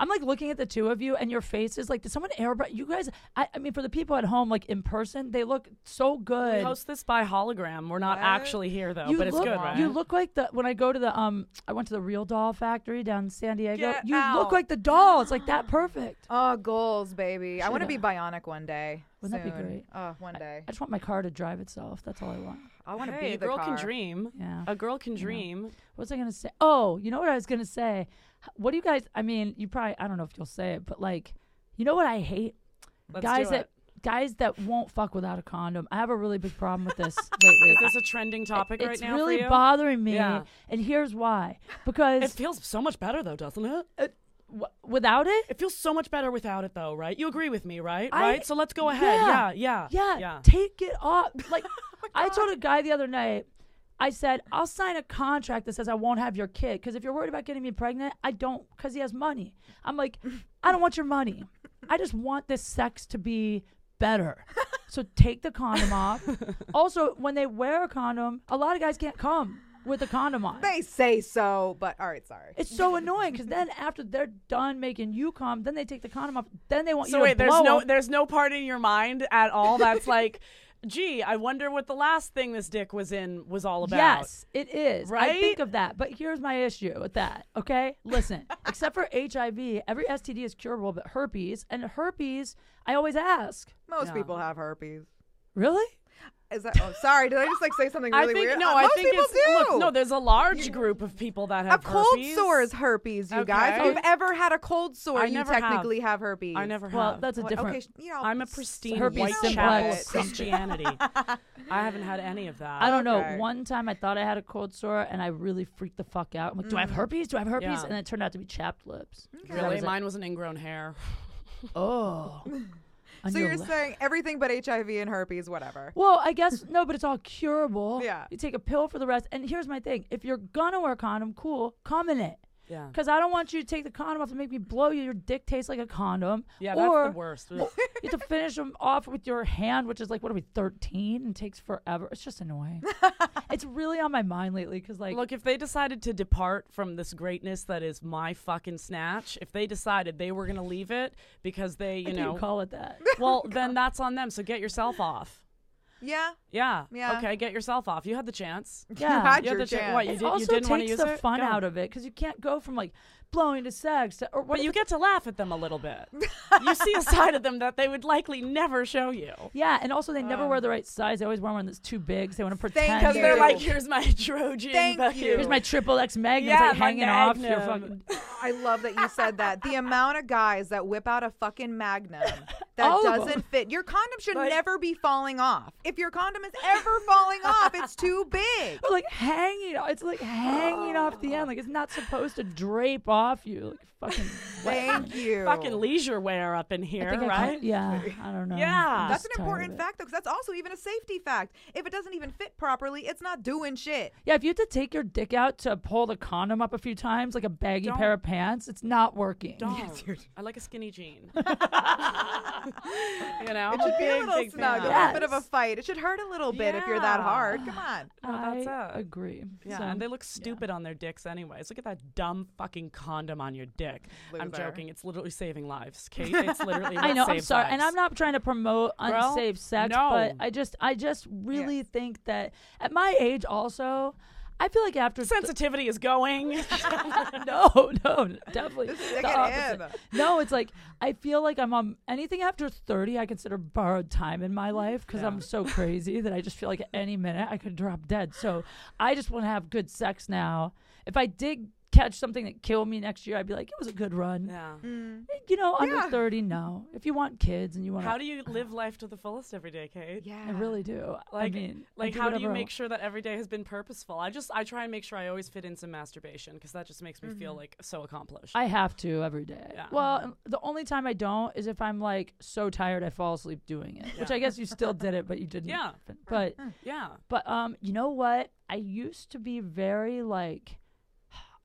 [SPEAKER 1] I'm like looking at the two of you and your faces like, did someone airbrush? You guys, I, I mean, for the people at home, like in person, they look so
[SPEAKER 2] We
[SPEAKER 1] good.
[SPEAKER 2] host this by hologram. We're not
[SPEAKER 3] What?
[SPEAKER 2] actually here though,
[SPEAKER 1] you
[SPEAKER 2] but it's
[SPEAKER 1] look,
[SPEAKER 2] good, right?
[SPEAKER 1] You look like the when I go to the um I went to the real doll factory down in San Diego.
[SPEAKER 3] Get
[SPEAKER 1] you
[SPEAKER 3] out.
[SPEAKER 1] look like the doll. It's like that perfect.
[SPEAKER 3] oh, goals, baby! I want to be
[SPEAKER 1] Shoulda.
[SPEAKER 3] bionic one day.
[SPEAKER 1] Wouldn't that be
[SPEAKER 3] soon.
[SPEAKER 1] great?
[SPEAKER 3] Oh, one day.
[SPEAKER 1] I just want my car to drive itself. That's all I want.
[SPEAKER 3] I want to
[SPEAKER 2] hey,
[SPEAKER 3] be
[SPEAKER 2] a
[SPEAKER 3] the
[SPEAKER 2] girl
[SPEAKER 3] car.
[SPEAKER 2] can dream.
[SPEAKER 1] Yeah.
[SPEAKER 2] A girl can dream.
[SPEAKER 1] What was I gonna say? Oh, you know what I was gonna say? H- What do you guys? I mean, you probably I don't know if you'll say it, but like, you know what I hate?
[SPEAKER 2] Let's
[SPEAKER 1] guys
[SPEAKER 2] do
[SPEAKER 1] that
[SPEAKER 2] it.
[SPEAKER 1] guys that won't fuck without a condom. I have a really big problem with this lately.
[SPEAKER 2] Is this a trending topic right
[SPEAKER 1] it's
[SPEAKER 2] now
[SPEAKER 1] really
[SPEAKER 2] for you?
[SPEAKER 1] bothering me,
[SPEAKER 2] Yeah.
[SPEAKER 1] and here's why: because
[SPEAKER 2] it feels so much better though, doesn't it?
[SPEAKER 1] w- without it,
[SPEAKER 2] It feels so much better without it though, right? You agree with me, right?
[SPEAKER 1] I-
[SPEAKER 2] right? So let's go ahead.
[SPEAKER 1] yeah,
[SPEAKER 2] Yeah, yeah. Oh
[SPEAKER 1] yeah, take it off. Like, I told a guy the other night. I said, I'll sign a contract that says I won't have your kid because if you're worried about getting me pregnant, I don't because he has money. I'm like, I don't want your money. I just want this sex to be better. So take the condom off. also, when they wear a condom, a lot of guys can't come with a condom on.
[SPEAKER 3] They say so, but all right, sorry.
[SPEAKER 1] It's so annoying because then after they're done making you come, then they take the condom off. Then they want
[SPEAKER 2] So
[SPEAKER 1] you
[SPEAKER 2] wait,
[SPEAKER 1] to
[SPEAKER 2] there's
[SPEAKER 1] blow
[SPEAKER 2] no
[SPEAKER 1] 'em.
[SPEAKER 2] there's no part in your mind at all that's like, gee, I wonder what the last thing this dick was in was all about.
[SPEAKER 1] Yes, it is. I
[SPEAKER 2] Right?
[SPEAKER 1] think of that. But here's my issue with that. Okay? Listen, except for HIV, every STD is curable, but herpes, and herpes, I always ask.
[SPEAKER 3] Most
[SPEAKER 2] Yeah.
[SPEAKER 3] people have herpes.
[SPEAKER 1] Really?
[SPEAKER 3] Is that? Oh, sorry. Did I just like say something
[SPEAKER 2] I
[SPEAKER 3] really
[SPEAKER 2] think
[SPEAKER 3] weird?
[SPEAKER 2] no,
[SPEAKER 3] Uh,
[SPEAKER 2] I
[SPEAKER 3] most
[SPEAKER 2] think
[SPEAKER 3] people
[SPEAKER 2] it's
[SPEAKER 3] do.
[SPEAKER 2] look, no, there's a large group of people that
[SPEAKER 3] a
[SPEAKER 2] have
[SPEAKER 3] cold
[SPEAKER 2] herpes.
[SPEAKER 3] sore is herpes, you guys. If
[SPEAKER 2] Okay.
[SPEAKER 3] you've ever had a cold sore,
[SPEAKER 2] I
[SPEAKER 3] you
[SPEAKER 2] never have.
[SPEAKER 3] technically have. herpes.
[SPEAKER 2] I never
[SPEAKER 1] Well,
[SPEAKER 2] have.
[SPEAKER 1] that's a
[SPEAKER 3] Well,
[SPEAKER 1] different.
[SPEAKER 3] Okay, sh- you know,
[SPEAKER 2] I'm a
[SPEAKER 3] s-
[SPEAKER 2] pristine
[SPEAKER 1] herpes
[SPEAKER 2] white
[SPEAKER 1] simplex.
[SPEAKER 2] chapel of
[SPEAKER 1] Something.
[SPEAKER 2] Christianity. I haven't had any of that.
[SPEAKER 1] I don't know.
[SPEAKER 3] Okay.
[SPEAKER 1] One time I thought I had a cold sore and I really freaked the fuck out. I'm like, do
[SPEAKER 3] Mm.
[SPEAKER 1] I have herpes? Do I have herpes?
[SPEAKER 2] Yeah.
[SPEAKER 1] And it turned out to be chapped lips. So that
[SPEAKER 2] really.
[SPEAKER 1] was it.
[SPEAKER 2] Mine was an ingrown hair.
[SPEAKER 1] Oh. On
[SPEAKER 3] So
[SPEAKER 1] your
[SPEAKER 3] you're
[SPEAKER 1] lip.
[SPEAKER 3] saying everything but HIV and herpes, whatever.
[SPEAKER 1] Well, I guess no, but it's all curable.
[SPEAKER 3] Yeah.
[SPEAKER 1] You take a pill for the rest. And here's my thing if you're gonna wear a condom, cool, come in it.
[SPEAKER 2] Yeah.
[SPEAKER 1] Because I don't want you to take the condom off and make me blow you. Your dick tastes like a condom.
[SPEAKER 2] Yeah,
[SPEAKER 1] or
[SPEAKER 2] that's the worst. Ugh.
[SPEAKER 1] you have to finish them off with your hand, which is like, what are we, 13? And takes forever. It's just annoying. it's really on my mind lately because, like,
[SPEAKER 2] Look, if they decided to depart from this greatness that is my fucking snatch, if they decided they were gonna leave it because they, you
[SPEAKER 1] I think
[SPEAKER 2] know,
[SPEAKER 1] call it that.
[SPEAKER 2] well, then that's on them. So get yourself off.
[SPEAKER 3] Yeah.
[SPEAKER 2] Yeah.
[SPEAKER 3] Yeah.
[SPEAKER 2] Okay, get yourself off. You had the chance.
[SPEAKER 1] Yeah.
[SPEAKER 3] had
[SPEAKER 2] You
[SPEAKER 3] your
[SPEAKER 2] had the chance.
[SPEAKER 3] chance.
[SPEAKER 2] What you,
[SPEAKER 1] it
[SPEAKER 2] did,
[SPEAKER 1] also
[SPEAKER 2] you didn't want to
[SPEAKER 1] takes
[SPEAKER 2] use
[SPEAKER 1] the
[SPEAKER 2] it?
[SPEAKER 1] fun
[SPEAKER 2] Go.
[SPEAKER 1] out of it because you can't go from like blowing to sex to, or what
[SPEAKER 2] But
[SPEAKER 1] if
[SPEAKER 2] you
[SPEAKER 1] it's-
[SPEAKER 2] get to laugh at them a little bit. you see a side of them that they would likely never show you.
[SPEAKER 1] yeah, and also they never
[SPEAKER 2] Um.
[SPEAKER 1] wear the right size. They always wear one that's too big. So they want to pretend.
[SPEAKER 2] Because they're
[SPEAKER 3] you.
[SPEAKER 2] like, here's my Trojan.
[SPEAKER 3] Thank
[SPEAKER 2] but
[SPEAKER 3] you.
[SPEAKER 1] here's my triple X Magnum
[SPEAKER 2] Yeah,
[SPEAKER 1] like
[SPEAKER 2] my
[SPEAKER 1] hanging off your
[SPEAKER 2] Magnum.
[SPEAKER 1] fucking.
[SPEAKER 3] I love that you said that. The amount of guys that whip out a fucking magnum that
[SPEAKER 1] All of 'em.
[SPEAKER 3] doesn't fit. Your condom should
[SPEAKER 2] Like-
[SPEAKER 3] never be falling off. If your condom is ever falling off, it's too big.
[SPEAKER 1] But, like hanging off. It's like hanging off the end. Like it's not supposed to drape off you. Like fucking.
[SPEAKER 3] Thank you.
[SPEAKER 2] fucking leisure wear up in here,
[SPEAKER 1] I think I
[SPEAKER 2] right?
[SPEAKER 1] kinda- yeah. I don't know.
[SPEAKER 2] Yeah.
[SPEAKER 1] I'm
[SPEAKER 3] That's an
[SPEAKER 1] just tired
[SPEAKER 3] important
[SPEAKER 1] of it.
[SPEAKER 3] fact, though, because that's also even a safety fact. If it doesn't even fit properly, it's not doing shit.
[SPEAKER 1] Yeah, if you have to take your dick out to pull the condom up a few times, like a baggy
[SPEAKER 2] Don't.
[SPEAKER 1] pair of pants, it's not working.
[SPEAKER 2] Don't. I like a skinny jean. you know,
[SPEAKER 3] It
[SPEAKER 2] I'm
[SPEAKER 3] should
[SPEAKER 2] a
[SPEAKER 3] be
[SPEAKER 2] big,
[SPEAKER 3] a little
[SPEAKER 2] big
[SPEAKER 3] snug, a
[SPEAKER 2] fan.
[SPEAKER 3] little bit of a fight. It should hurt a little bit if you're that
[SPEAKER 2] Yeah.
[SPEAKER 3] hard. Come on.
[SPEAKER 2] No, that's
[SPEAKER 1] I
[SPEAKER 2] it.
[SPEAKER 1] agree.
[SPEAKER 2] Yeah,
[SPEAKER 1] So,
[SPEAKER 2] and they look stupid on their dicks anyways. Look at that dumb fucking condom on your dick. I'm
[SPEAKER 3] Loser.
[SPEAKER 2] joking. It's literally saving lives, Kate. It's literally
[SPEAKER 1] I
[SPEAKER 2] what
[SPEAKER 1] know. I'm
[SPEAKER 2] saves
[SPEAKER 1] sorry, and
[SPEAKER 2] lives.
[SPEAKER 1] I'm not trying to promote
[SPEAKER 2] Girl,
[SPEAKER 1] unsafe sex,
[SPEAKER 2] no.
[SPEAKER 1] but I just, I just really think that at my age, also, I feel like after th-
[SPEAKER 2] Sensitivity is going.
[SPEAKER 1] no, no, definitely. the
[SPEAKER 3] dick at
[SPEAKER 1] opposite.
[SPEAKER 3] him.
[SPEAKER 1] No, it's like I feel like I'm on anything after 30. I consider borrowed time in my life because I'm so crazy that I just feel like at any minute I could drop dead. So I just want to have good sex now. If I did catch something that killed me next year, I'd be like, it was a good run.
[SPEAKER 2] yeah.
[SPEAKER 3] Mm,
[SPEAKER 1] You know, under
[SPEAKER 3] Yeah.
[SPEAKER 1] 30, no. If you want kids and you want,
[SPEAKER 2] How do you live life to the fullest every day, Kate?
[SPEAKER 3] Yeah.
[SPEAKER 1] I really do.
[SPEAKER 2] Like,
[SPEAKER 1] I mean, I
[SPEAKER 2] like how do
[SPEAKER 1] whatever
[SPEAKER 2] you
[SPEAKER 1] I
[SPEAKER 2] make
[SPEAKER 1] want.
[SPEAKER 2] sure that every day has been purposeful? I just I try and make sure I always fit in some masturbation because that just makes me feel like so accomplished.
[SPEAKER 1] Mm-hmm. I have to every day.
[SPEAKER 2] Yeah.
[SPEAKER 1] Well, the only time I don't is if I'm like so tired I fall asleep doing it, which
[SPEAKER 2] Yeah.
[SPEAKER 1] I guess you still did it, but you didn't.
[SPEAKER 2] Yeah.
[SPEAKER 1] But
[SPEAKER 2] yeah.
[SPEAKER 1] But um, you know what? I used to be very like,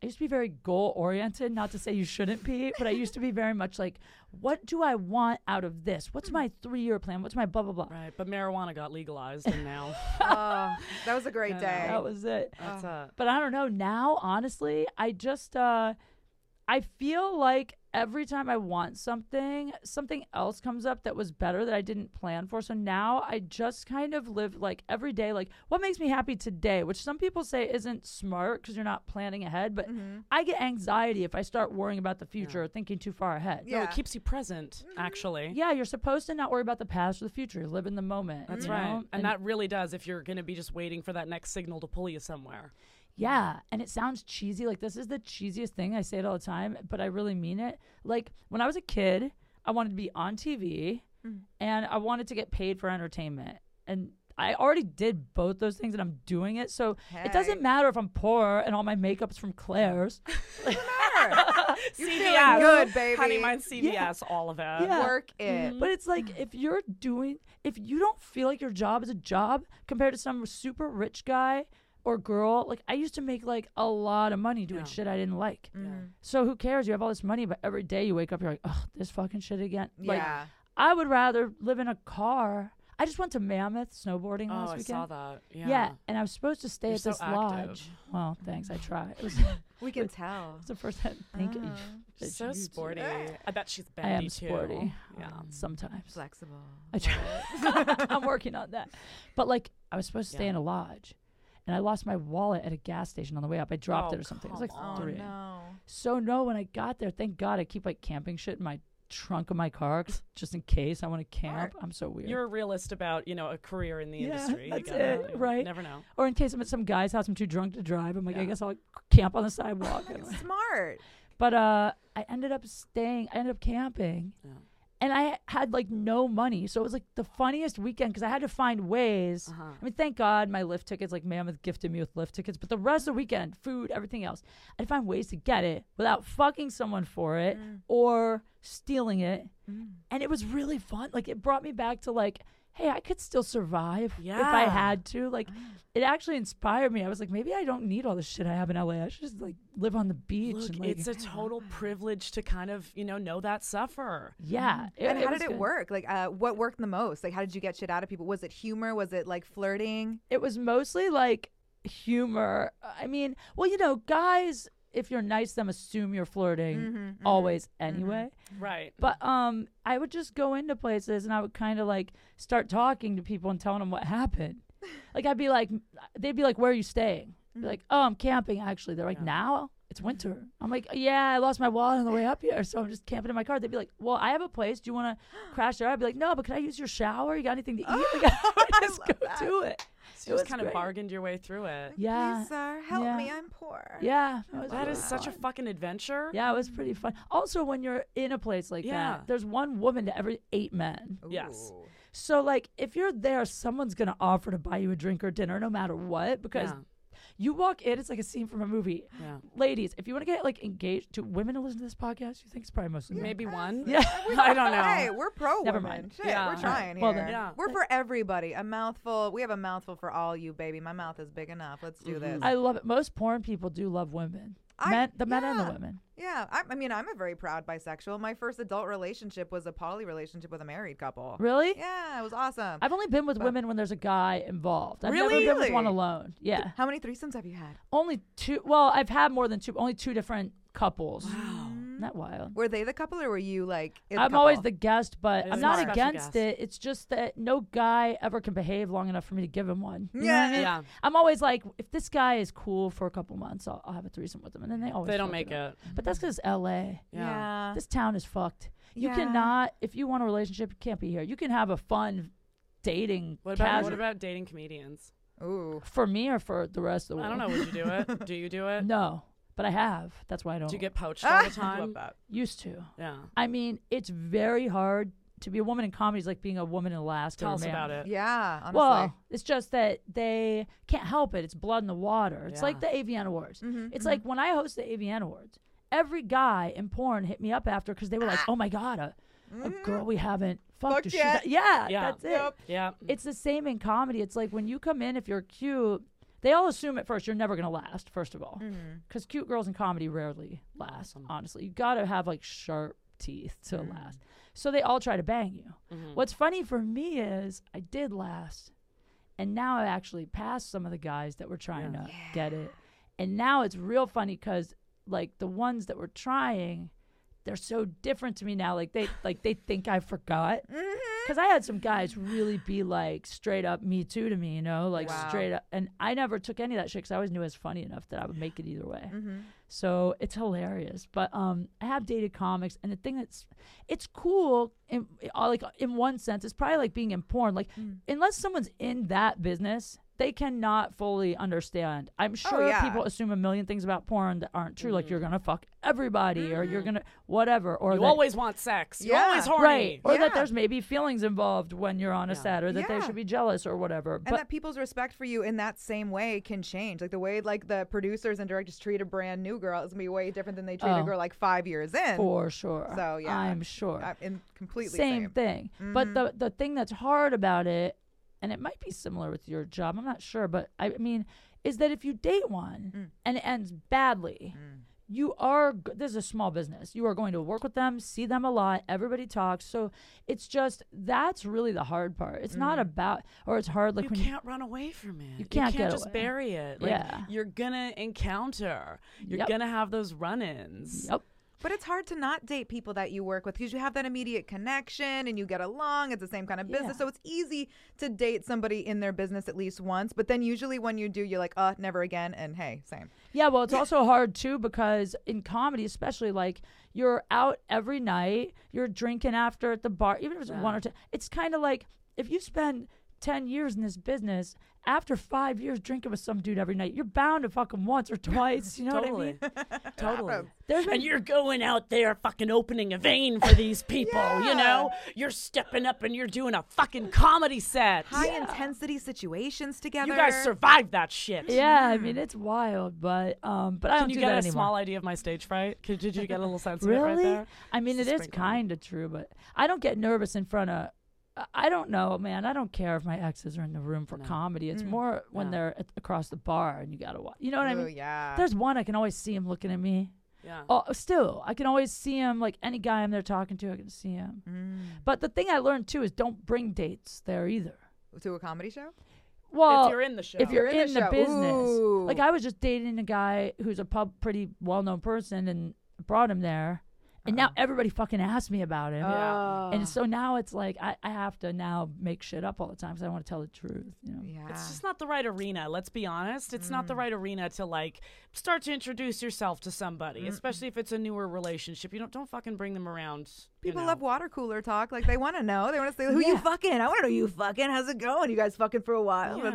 [SPEAKER 1] I used to be very goal oriented, not to say you shouldn't be, but I used to be very much like, what do I want out of this? What's my three year plan? What's my blah, blah, blah?
[SPEAKER 2] Hmm. Right, but marijuana got legalized, and now
[SPEAKER 3] Oh, that was a great
[SPEAKER 2] No, no,
[SPEAKER 3] day.
[SPEAKER 1] That was it.
[SPEAKER 2] that's uh,
[SPEAKER 1] But I don't know. Now, honestly, I just, uh, I feel like every time I want something, something else comes up that was better that I didn't plan for. So now I just kind of live like every day, like what makes me happy today, which some people say isn't smart because you're not planning ahead. But
[SPEAKER 2] Mm-hmm.
[SPEAKER 1] I get anxiety if I start worrying about the future or thinking too far ahead.
[SPEAKER 2] no,
[SPEAKER 3] Yeah.
[SPEAKER 2] it keeps you present. Actually,
[SPEAKER 1] Yeah, you're supposed to not worry about the past or the future. Live in the moment.
[SPEAKER 2] That's
[SPEAKER 1] you
[SPEAKER 2] right.
[SPEAKER 1] know?
[SPEAKER 2] And, that really does if you're going to be just waiting for that next signal to pull you somewhere.
[SPEAKER 1] Yeah, and it sounds cheesy. Like this is the cheesiest thing I say it all the time, but I really mean it. Like when I was a kid, I wanted to be on TV
[SPEAKER 3] Mm.
[SPEAKER 1] and I wanted to get paid for entertainment. And I already did both those things and I'm doing it. So it doesn't
[SPEAKER 3] Hey.
[SPEAKER 1] matter if I'm poor and all my makeup's from Claire's.
[SPEAKER 2] You're
[SPEAKER 3] feeling good, baby.
[SPEAKER 2] Honey, mine's CVS, all of it. Oh,
[SPEAKER 1] Yeah. Mm-hmm.
[SPEAKER 3] Work it.
[SPEAKER 1] But it's like if you're doing, if you don't feel like your job is a job compared to some super rich guy or girl, like I used to make like a lot of money doing
[SPEAKER 2] Yeah.
[SPEAKER 1] shit I didn't like.
[SPEAKER 3] Mm,
[SPEAKER 1] So who cares? You have all this money, but every day you wake up, you're like, oh, this fucking shit again. Like,
[SPEAKER 3] Yeah.
[SPEAKER 1] I would rather live in a car. I just went to Mammoth snowboarding
[SPEAKER 2] Oh,
[SPEAKER 1] last
[SPEAKER 2] I
[SPEAKER 1] weekend.
[SPEAKER 2] saw that. Yeah.
[SPEAKER 1] Yeah. and I was supposed to stay
[SPEAKER 2] You're
[SPEAKER 1] at
[SPEAKER 2] so
[SPEAKER 1] this
[SPEAKER 2] active.
[SPEAKER 1] lodge. Well, thanks, I tried. It was,
[SPEAKER 3] we can tell. Mm.
[SPEAKER 1] it's the first time. Thank you. that
[SPEAKER 2] She's Ah, so
[SPEAKER 1] you-
[SPEAKER 2] sporty. I bet she's
[SPEAKER 1] I
[SPEAKER 2] bendy
[SPEAKER 1] am
[SPEAKER 2] too.
[SPEAKER 1] sporty. Um,
[SPEAKER 2] Yeah.
[SPEAKER 1] Sometimes.
[SPEAKER 3] Flexible.
[SPEAKER 1] I try. I'm working on that. But like, I was supposed to stay
[SPEAKER 2] Yeah.
[SPEAKER 1] in a lodge, and I lost my wallet at a gas station on the way up. I dropped
[SPEAKER 2] Oh,
[SPEAKER 1] it or something. It was
[SPEAKER 2] come
[SPEAKER 1] like
[SPEAKER 2] on.
[SPEAKER 3] Oh
[SPEAKER 1] three.
[SPEAKER 3] no.
[SPEAKER 1] So no, when I got there, thank God I keep like camping shit in my trunk of my car 'cause- just in case I want to camp. I'm so weird.
[SPEAKER 2] You're a realist about, you know, a career in the
[SPEAKER 1] Yeah,
[SPEAKER 2] industry. You
[SPEAKER 1] that's
[SPEAKER 2] gotta-
[SPEAKER 1] it,
[SPEAKER 2] you
[SPEAKER 1] right?
[SPEAKER 2] Never know.
[SPEAKER 1] or in case I'm at some guy's house, I'm too drunk to drive. I'm like, I
[SPEAKER 2] Yeah.
[SPEAKER 1] guess I'll camp on the sidewalk. I don't know.
[SPEAKER 3] Smart.
[SPEAKER 1] but uh, I ended up staying. I ended up camping,
[SPEAKER 2] Yeah.
[SPEAKER 1] and I had like no money, so it was like the funniest weekend because I had to find ways.
[SPEAKER 2] Uh-huh.
[SPEAKER 1] I mean, thank God my lift tickets, like Mammoth gifted me with lift tickets, but the rest of the weekend, food, everything else, I had to find ways to get it without fucking someone for it
[SPEAKER 2] Mm.
[SPEAKER 1] or stealing it. And it was really fun. Like, it brought me back to, like, hey, I could still survive if I
[SPEAKER 2] Yeah. Ah.
[SPEAKER 1] had to. Like, it actually inspired me. I was like, maybe I don't need all this shit I have in LA. I should just, like, live on the beach.
[SPEAKER 2] Look,
[SPEAKER 1] and, like,
[SPEAKER 2] it's a total privilege to kind of, you know, know that suffer.
[SPEAKER 1] yeah. It-
[SPEAKER 3] Mm-hmm. And how
[SPEAKER 1] was
[SPEAKER 3] did it
[SPEAKER 1] good.
[SPEAKER 3] work? Like, uh, what worked the most? Like, how did you get shit out of people? Was it humor? Was it like flirting?
[SPEAKER 1] it was mostly like humor. I mean, well, you know, guys, if you're nice to them, assume you're flirting
[SPEAKER 3] Mm-hmm,
[SPEAKER 1] always anyway.
[SPEAKER 2] Right.
[SPEAKER 1] But um, I would just go into places and I would kind of like start talking to people and telling them what happened. Like I'd be like, they'd be like, "Where are you staying?" I'd be like, "Oh, I'm camping." Actually, they're like, "Now it's winter." I'm like, "Yeah, I lost my wallet on the way up here, so I'm just camping in my car." They'd be like, "Well, I have a place. Do you want to crash there?" I'd be like, "No, but can I use your shower? You got anything to eat?" Like, I would just go do it.
[SPEAKER 2] So you
[SPEAKER 1] was
[SPEAKER 2] just kind
[SPEAKER 1] great.
[SPEAKER 2] of bargained your way through it.
[SPEAKER 1] Yeah,
[SPEAKER 3] Please, sir, help
[SPEAKER 1] yeah.
[SPEAKER 3] me. I'm poor.
[SPEAKER 1] yeah. That was
[SPEAKER 2] That
[SPEAKER 1] really
[SPEAKER 2] is such a
[SPEAKER 1] fun.
[SPEAKER 2] fucking adventure.
[SPEAKER 1] Yeah, it was pretty fun. Also, when you're in a place like
[SPEAKER 2] Yeah.
[SPEAKER 1] that, there's one woman to every eight men.
[SPEAKER 2] Yes.
[SPEAKER 3] Ooh.
[SPEAKER 1] So, like, if you're there, someone's gonna offer to buy you a drink or dinner, no matter what, because
[SPEAKER 2] Yeah.
[SPEAKER 1] you walk in, it's like a scene from a movie.
[SPEAKER 2] Yeah.
[SPEAKER 1] Ladies, if you want to get like engaged, do women listen to this podcast? You think it's probably mostly men.
[SPEAKER 2] Maybe one.
[SPEAKER 1] Yeah.
[SPEAKER 2] I don't know.
[SPEAKER 3] Hey, we're pro
[SPEAKER 1] Never
[SPEAKER 3] women.
[SPEAKER 1] mind.
[SPEAKER 3] Shit,
[SPEAKER 2] Yeah.
[SPEAKER 3] we're trying
[SPEAKER 1] Well,
[SPEAKER 3] here.
[SPEAKER 1] then.
[SPEAKER 2] Yeah.
[SPEAKER 3] We're for everybody. A mouthful. We have a mouthful for all you, baby. My mouth is big enough. Let's do this.
[SPEAKER 1] I love it. Most porn people do love women,
[SPEAKER 3] I-
[SPEAKER 1] men, the men and the
[SPEAKER 3] yeah.
[SPEAKER 1] women.
[SPEAKER 3] yeah. I, I mean, I'm a very proud bisexual. My first adult relationship was a poly relationship with a married couple.
[SPEAKER 1] Really?
[SPEAKER 3] Yeah, it was awesome.
[SPEAKER 1] I've only been with women when there's a guy involved. I've
[SPEAKER 3] Really?
[SPEAKER 1] never been with one
[SPEAKER 3] Really?
[SPEAKER 1] alone. Yeah,
[SPEAKER 3] How many threesomes have you had?
[SPEAKER 1] only two. Well, I've had more than two. Only two different couples. Wow,
[SPEAKER 2] Oh.
[SPEAKER 1] Isn't that wild.
[SPEAKER 3] Were they the couple or were you like? it
[SPEAKER 1] Oh, I'm always
[SPEAKER 3] couple?
[SPEAKER 1] the guest, but I'm
[SPEAKER 2] is
[SPEAKER 1] not
[SPEAKER 2] smart. Special
[SPEAKER 1] against
[SPEAKER 2] guest.
[SPEAKER 1] it. It's just that no guy ever can behave long enough for me to give him one. You know what I
[SPEAKER 3] Yeah.
[SPEAKER 1] mean?
[SPEAKER 2] Yeah.
[SPEAKER 1] I'm always like, if this guy is cool for a couple months, I'll, I'll have a threesome with him, and then they always
[SPEAKER 2] They don't
[SPEAKER 1] fuck
[SPEAKER 2] make
[SPEAKER 1] up.
[SPEAKER 2] it.
[SPEAKER 1] But that's because L.A.
[SPEAKER 2] Yeah.
[SPEAKER 3] Yeah.
[SPEAKER 1] This town is fucked. You
[SPEAKER 3] Yeah.
[SPEAKER 1] cannot, if you want a relationship, you can't be here. You can have a fun dating.
[SPEAKER 2] What about,
[SPEAKER 1] casual-
[SPEAKER 2] what about dating comedians?
[SPEAKER 3] Ooh.
[SPEAKER 1] for me or for the rest of the
[SPEAKER 2] I
[SPEAKER 1] world?
[SPEAKER 2] don't know. Would you do it? Do you do it?
[SPEAKER 1] No, but I have. That's why I don't.
[SPEAKER 2] Do you get poached all the
[SPEAKER 3] I
[SPEAKER 2] time?
[SPEAKER 3] love that.
[SPEAKER 1] used to?
[SPEAKER 2] Yeah.
[SPEAKER 1] I mean, it's very hard to be a woman in comedy. Is like being a woman in Alaska.
[SPEAKER 2] Tell
[SPEAKER 1] or
[SPEAKER 2] us
[SPEAKER 1] Mammoth.
[SPEAKER 2] about it.
[SPEAKER 3] Yeah. Honestly.
[SPEAKER 1] Well, it's just that they can't help it. It's blood in the water. It's like the
[SPEAKER 2] Yeah.
[SPEAKER 1] AVN Awards.
[SPEAKER 3] Mm-hmm,
[SPEAKER 1] it's like when I host the AVN Awards, every guy in porn hit me up after because they were like, "Oh my god, a, a girl we haven't fucked
[SPEAKER 3] Ah. Mm-hmm. Fucked
[SPEAKER 1] is she
[SPEAKER 3] yet.
[SPEAKER 1] that- Yeah,
[SPEAKER 2] Yeah.
[SPEAKER 1] that's it.
[SPEAKER 2] Yeah.
[SPEAKER 1] It's the same in comedy. It's like when you come in, if you're cute, they all assume at first you're never gonna last. First of all,
[SPEAKER 3] Mm.
[SPEAKER 1] because cute girls in comedy rarely last. Honestly, you gotta have like sharp teeth to
[SPEAKER 3] Mm.
[SPEAKER 1] last. So they all try to bang you.
[SPEAKER 2] Mm-hmm.
[SPEAKER 1] What's funny for me is I did last, and now I actually passed some of the guys that were trying to get it, and now it's real funny because like the ones that were trying, they're so different to me now. Like they like they think I forgot.
[SPEAKER 3] Mm-hmm,
[SPEAKER 1] Because I had some guys really be like straight up me too to me, you know, like
[SPEAKER 3] Wow.
[SPEAKER 1] straight up. And I never took any of that shit because I always knew it was funny enough that I would make it either way.
[SPEAKER 3] mm-hmm.
[SPEAKER 1] So it's hilarious. But um, I have dated comics, and the thing that's it's cool in uh, like in one sense, it's probably like being in porn. Like
[SPEAKER 3] Mm.
[SPEAKER 1] unless someone's in that business. They cannot fully understand. I'm sure
[SPEAKER 3] Oh, yeah. Mm.
[SPEAKER 1] people assume a million things about porn that aren't true. Like you're gonna fuck everybody, or you're gonna whatever, or
[SPEAKER 2] You
[SPEAKER 1] that-
[SPEAKER 2] always want sex. You're
[SPEAKER 3] Yeah.
[SPEAKER 2] always horny.
[SPEAKER 1] Right. Or
[SPEAKER 3] Yeah.
[SPEAKER 1] that there's maybe feelings involved when you're on a set or that
[SPEAKER 3] Yeah.
[SPEAKER 1] they should be jealous or whatever.
[SPEAKER 3] and
[SPEAKER 1] But
[SPEAKER 3] that people's respect for you in that same way can change. Like the way like the producers and directors treat a brand new girl is gonna be way different than they treat a
[SPEAKER 1] Oh.
[SPEAKER 3] girl like five years in.
[SPEAKER 1] for sure.
[SPEAKER 3] So, yeah.
[SPEAKER 1] I'm sure.
[SPEAKER 3] Uh, in completely
[SPEAKER 1] same,
[SPEAKER 3] same.
[SPEAKER 1] thing. But the the thing that's hard about it, and it might be similar with your job, I'm not sure, but I mean, is that if you date one and it ends badly, you are g- this is a small business. You are going to work with them, see them a lot. Everybody talks, so it's just that's really the hard part. It's not about or it's hard like
[SPEAKER 2] you
[SPEAKER 1] when you-
[SPEAKER 2] can't run away from it. You
[SPEAKER 1] can't get
[SPEAKER 2] just
[SPEAKER 1] away.
[SPEAKER 2] bury it. Like,
[SPEAKER 1] Yeah.
[SPEAKER 2] You're gonna encounter. You're
[SPEAKER 1] Yep.
[SPEAKER 2] gonna have those run-ins.
[SPEAKER 1] Yep.
[SPEAKER 3] But it's hard to not date people that you work with because you have that immediate connection and you get along. It's the same kind of business.
[SPEAKER 1] Yeah.
[SPEAKER 3] So it's easy to date somebody in their business at least once. But then usually when you do, you're like, uh, never again. And hey, same.
[SPEAKER 1] Yeah, well, it's also hard too because in comedy, especially, like you're out every night, you're drinking after at the bar, even if it's one or two. It's kind of like if you spend 10 years in this business, after five years drinking with some dude every night, you're bound to fuck him once or twice. You know what I mean?
[SPEAKER 2] Totally. totally.
[SPEAKER 1] There's been-
[SPEAKER 2] And you're going out there fucking opening a vein for these people, you know? You're stepping up and you're doing a fucking comedy set.
[SPEAKER 3] High intensity situations together.
[SPEAKER 2] You guys survived that shit.
[SPEAKER 1] Yeah, I mean, it's wild, but um, but I don't
[SPEAKER 2] Can you
[SPEAKER 1] do
[SPEAKER 2] get
[SPEAKER 1] that
[SPEAKER 2] a
[SPEAKER 1] anymore.
[SPEAKER 2] small idea of my stage fright? Could, did you get a little sense of it right
[SPEAKER 1] Really?
[SPEAKER 2] there?
[SPEAKER 1] I mean,
[SPEAKER 2] Just
[SPEAKER 1] it is
[SPEAKER 2] sprinkling.
[SPEAKER 1] kind of true, but I don't get nervous in front of. I- I don't know, man. I don't care if my exes are in the room for comedy. It's more when
[SPEAKER 2] Mm. No. Oh,
[SPEAKER 1] they're at, across the bar and you gotta watch. You know what I
[SPEAKER 3] Ooh,
[SPEAKER 1] mean?
[SPEAKER 3] yeah.
[SPEAKER 1] There's one I can always see him looking at me.
[SPEAKER 2] Yeah.
[SPEAKER 1] Oh, still, I can always see him. Like any guy I'm there talking to, I can see him.
[SPEAKER 3] Mm.
[SPEAKER 1] But the thing I learned too is don't bring dates there either.
[SPEAKER 3] to a comedy show?
[SPEAKER 1] Well,
[SPEAKER 2] if you're in the show.
[SPEAKER 1] if you're in,
[SPEAKER 3] the
[SPEAKER 1] the,
[SPEAKER 3] show.
[SPEAKER 1] business.
[SPEAKER 3] Ooh.
[SPEAKER 1] Like I was just dating a guy who's a pub pretty well known person and brought him there. And now everybody fucking asks me about him.
[SPEAKER 2] Yeah.
[SPEAKER 1] And so now it's like I, I have to now make shit up all the time because I want to tell the truth. You know?
[SPEAKER 3] Yeah.
[SPEAKER 2] It's just not the right arena. Let's be honest. It's
[SPEAKER 1] Mm.
[SPEAKER 2] not the right arena to like start to introduce yourself to somebody, especially if it's a newer relationship. You don't don't fucking bring them around. you
[SPEAKER 3] People
[SPEAKER 2] know.
[SPEAKER 3] love water cooler talk. Like they want to know. They want to say who you
[SPEAKER 1] Yeah.
[SPEAKER 3] fucking. I want to know you fucking. How's it going? You guys fucking for a while,
[SPEAKER 2] Yeah.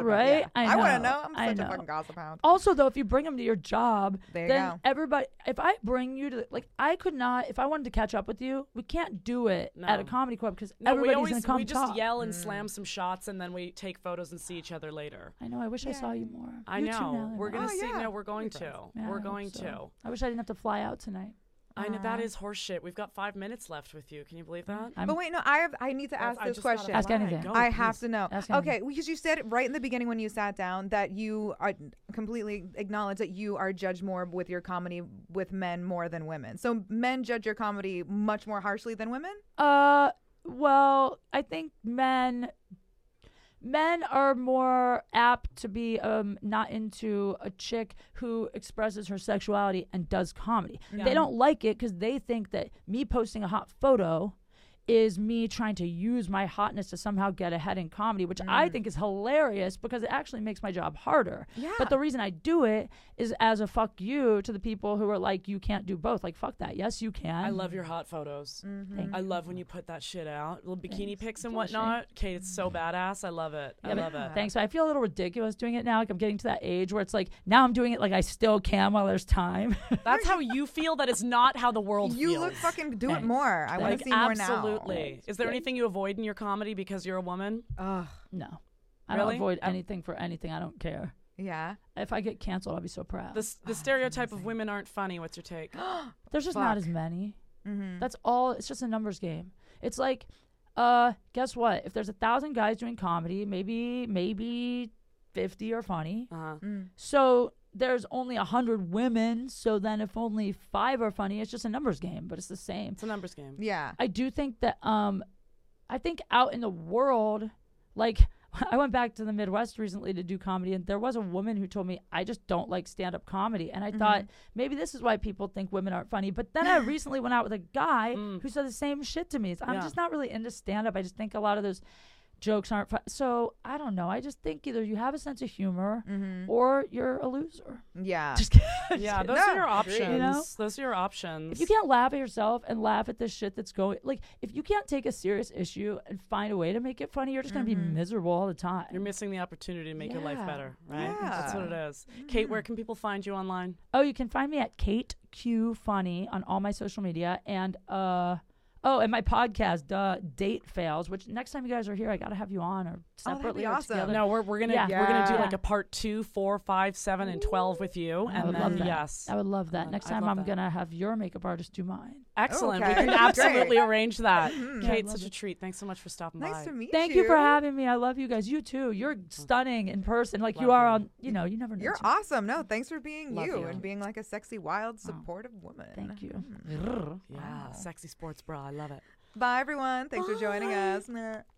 [SPEAKER 1] Right? I
[SPEAKER 3] I, want
[SPEAKER 1] know.
[SPEAKER 3] to know. I'm
[SPEAKER 1] I
[SPEAKER 3] such a
[SPEAKER 1] know.
[SPEAKER 3] fucking gossip hound.
[SPEAKER 1] Also, though, if you bring them to your job,
[SPEAKER 3] There you
[SPEAKER 1] then
[SPEAKER 3] go.
[SPEAKER 1] everybody. If I bring you to the- like, I could not. If I wanted to catch up with you, we can't do it at a
[SPEAKER 2] No.
[SPEAKER 1] comedy club because
[SPEAKER 2] No, we
[SPEAKER 1] everybody's
[SPEAKER 2] always
[SPEAKER 1] gonna come
[SPEAKER 2] we just
[SPEAKER 1] talk.
[SPEAKER 2] yell
[SPEAKER 3] Mm.
[SPEAKER 2] and slam some shots, and then we take photos and see each other later.
[SPEAKER 1] I know. I wish I saw you more.
[SPEAKER 2] I
[SPEAKER 1] You too,
[SPEAKER 2] know.
[SPEAKER 1] Natalie.
[SPEAKER 2] We're gonna
[SPEAKER 3] Oh,
[SPEAKER 2] see.
[SPEAKER 3] yeah.
[SPEAKER 2] No, we're going to.
[SPEAKER 1] Yeah, I
[SPEAKER 2] We're
[SPEAKER 1] hope
[SPEAKER 2] going
[SPEAKER 1] so.
[SPEAKER 2] to.
[SPEAKER 1] I wish I didn't have to fly out tonight.
[SPEAKER 2] I know
[SPEAKER 3] Uh-huh.
[SPEAKER 2] that is horseshit. We've got five minutes left with you. Can you believe that?
[SPEAKER 1] I'm
[SPEAKER 3] But wait, no. I have. I need Mm-hmm. to ask
[SPEAKER 2] I
[SPEAKER 3] this
[SPEAKER 2] just thought of
[SPEAKER 3] question.
[SPEAKER 1] Ask
[SPEAKER 2] why.
[SPEAKER 1] anything.
[SPEAKER 2] Go,
[SPEAKER 3] I have
[SPEAKER 2] please.
[SPEAKER 3] to know.
[SPEAKER 1] Oh, Ask him.
[SPEAKER 3] Okay, because you said right in the beginning when you sat down that you are completely acknowledge that you are judged more with your comedy with men more than women. So men judge your comedy much more harshly than women.
[SPEAKER 1] Uh, well, I think men men are more apt to be um not into a chick who expresses her sexuality and does comedy. They don't like it because they think that me posting a hot photo is me trying to use my hotness to somehow get ahead in comedy, which I think is hilarious because it actually makes my job harder.
[SPEAKER 3] Yeah.
[SPEAKER 1] But the reason I do it is as a fuck you to the people who are like, you can't do both. Like, fuck that. Yes, you can.
[SPEAKER 2] I love your hot photos.
[SPEAKER 3] Mm-hmm.
[SPEAKER 1] Thank
[SPEAKER 2] I love when you put that shit out, little bikini
[SPEAKER 1] Thanks.
[SPEAKER 2] pics and
[SPEAKER 1] It's a shame.
[SPEAKER 2] whatnot. Kate, it's so badass. I love it. I
[SPEAKER 1] Yeah,
[SPEAKER 2] love
[SPEAKER 1] but
[SPEAKER 2] it.
[SPEAKER 1] Thanks. I feel a little ridiculous doing it now. Like I'm getting to that age where it's like now I'm doing it like I still can while there's time.
[SPEAKER 2] That's how you feel. That is not how the world
[SPEAKER 3] You
[SPEAKER 2] feels.
[SPEAKER 3] look fucking do it
[SPEAKER 1] Thanks.
[SPEAKER 3] more. I want
[SPEAKER 1] Thanks.
[SPEAKER 3] to see more now.
[SPEAKER 2] Absolutely. Is there
[SPEAKER 1] Good.
[SPEAKER 2] anything you avoid in your comedy because you're a woman?
[SPEAKER 3] Ugh.
[SPEAKER 1] no, I
[SPEAKER 2] Really?
[SPEAKER 1] don't avoid anything for anything. I don't care.
[SPEAKER 3] Yeah.
[SPEAKER 1] If I get canceled, I'll be so proud.
[SPEAKER 2] The,
[SPEAKER 3] Oh,
[SPEAKER 2] s- the stereotype of women aren't funny. What's your take?
[SPEAKER 1] there's just not as many.
[SPEAKER 3] Mm-hmm.
[SPEAKER 1] That's all. It's just a numbers game. It's like, uh, guess what? If there's a thousand guys doing comedy, maybe maybe 50 are funny.
[SPEAKER 2] Uh-huh.
[SPEAKER 3] Mm.
[SPEAKER 1] So there's only 100 women. So then if only five are funny, it's just a numbers game, but it's the same.
[SPEAKER 2] It's a numbers game.
[SPEAKER 3] Yeah.
[SPEAKER 1] I do think that um I think out in the world like I went back to the Midwest recently to do comedy and there was a woman who told me I just don't like stand up comedy and I
[SPEAKER 2] Mm-hmm.
[SPEAKER 1] thought maybe this is why people think women aren't funny but then I recently went out with a guy who said the same shit to me. It's- I'm
[SPEAKER 2] Mm. Yeah.
[SPEAKER 1] just not really into stand up. I just think a lot of those jokes aren't fun. So, I don't know. I just think either you have a sense of humor or you're a loser.
[SPEAKER 3] Mm-hmm. Yeah.
[SPEAKER 1] Just kidding.
[SPEAKER 2] Mm-hmm. Yeah, those
[SPEAKER 3] No,
[SPEAKER 2] are your options.
[SPEAKER 1] You know?
[SPEAKER 2] Those are your options.
[SPEAKER 1] If you can't laugh at yourself and laugh at this shit that's going, like, if you can't take a serious issue and find a way to make it funny, you're just gonna be miserable all the
[SPEAKER 2] Mm-hmm. You're
[SPEAKER 1] time.
[SPEAKER 2] missing the opportunity to make your life
[SPEAKER 1] Yeah.
[SPEAKER 2] better, right? That's what it is. Kate, where can people find you online?
[SPEAKER 1] Oh, you can find me at Kate Q Funny on all my social media and uh oh, and my podcast, duh, Date Fails. Which next time you guys are here, I gotta have you on or
[SPEAKER 2] Oh,
[SPEAKER 3] that'd
[SPEAKER 1] separately
[SPEAKER 3] be
[SPEAKER 1] or
[SPEAKER 3] awesome.
[SPEAKER 1] together.
[SPEAKER 2] No, we're, we're gonna
[SPEAKER 1] Yeah.
[SPEAKER 2] we're gonna do
[SPEAKER 1] Yeah.
[SPEAKER 2] like a part two, four, five, seven, and twelve with you,
[SPEAKER 1] I
[SPEAKER 2] and
[SPEAKER 1] would
[SPEAKER 2] then
[SPEAKER 1] love that.
[SPEAKER 2] yes,
[SPEAKER 1] I would love that.
[SPEAKER 2] I'd-
[SPEAKER 1] Next
[SPEAKER 2] Uh, I'd
[SPEAKER 1] time
[SPEAKER 2] love
[SPEAKER 1] I'm
[SPEAKER 2] that.
[SPEAKER 1] gonna have your makeup artist do mine.
[SPEAKER 2] excellent. We
[SPEAKER 3] Okay.
[SPEAKER 2] can
[SPEAKER 3] Great.
[SPEAKER 2] absolutely arrange that. Kate,
[SPEAKER 1] Mm-hmm. love
[SPEAKER 2] such a
[SPEAKER 1] it.
[SPEAKER 2] treat. Thanks so much for stopping by.
[SPEAKER 3] Nice to meet
[SPEAKER 1] Thank
[SPEAKER 3] you.
[SPEAKER 1] you for having me. I love you guys. You too. You're stunning in person. Like you
[SPEAKER 2] Mm-hmm. Love
[SPEAKER 1] are
[SPEAKER 2] you.
[SPEAKER 1] on you know, you never know.
[SPEAKER 3] You're
[SPEAKER 1] too.
[SPEAKER 3] awesome. No, thanks for being
[SPEAKER 2] Love
[SPEAKER 3] you,
[SPEAKER 2] you.
[SPEAKER 3] and being like a sexy, wild, supportive woman.
[SPEAKER 1] Thank you.
[SPEAKER 2] Yeah, sexy sports bra. I love it.
[SPEAKER 3] Bye, everyone. Thanks for joining us.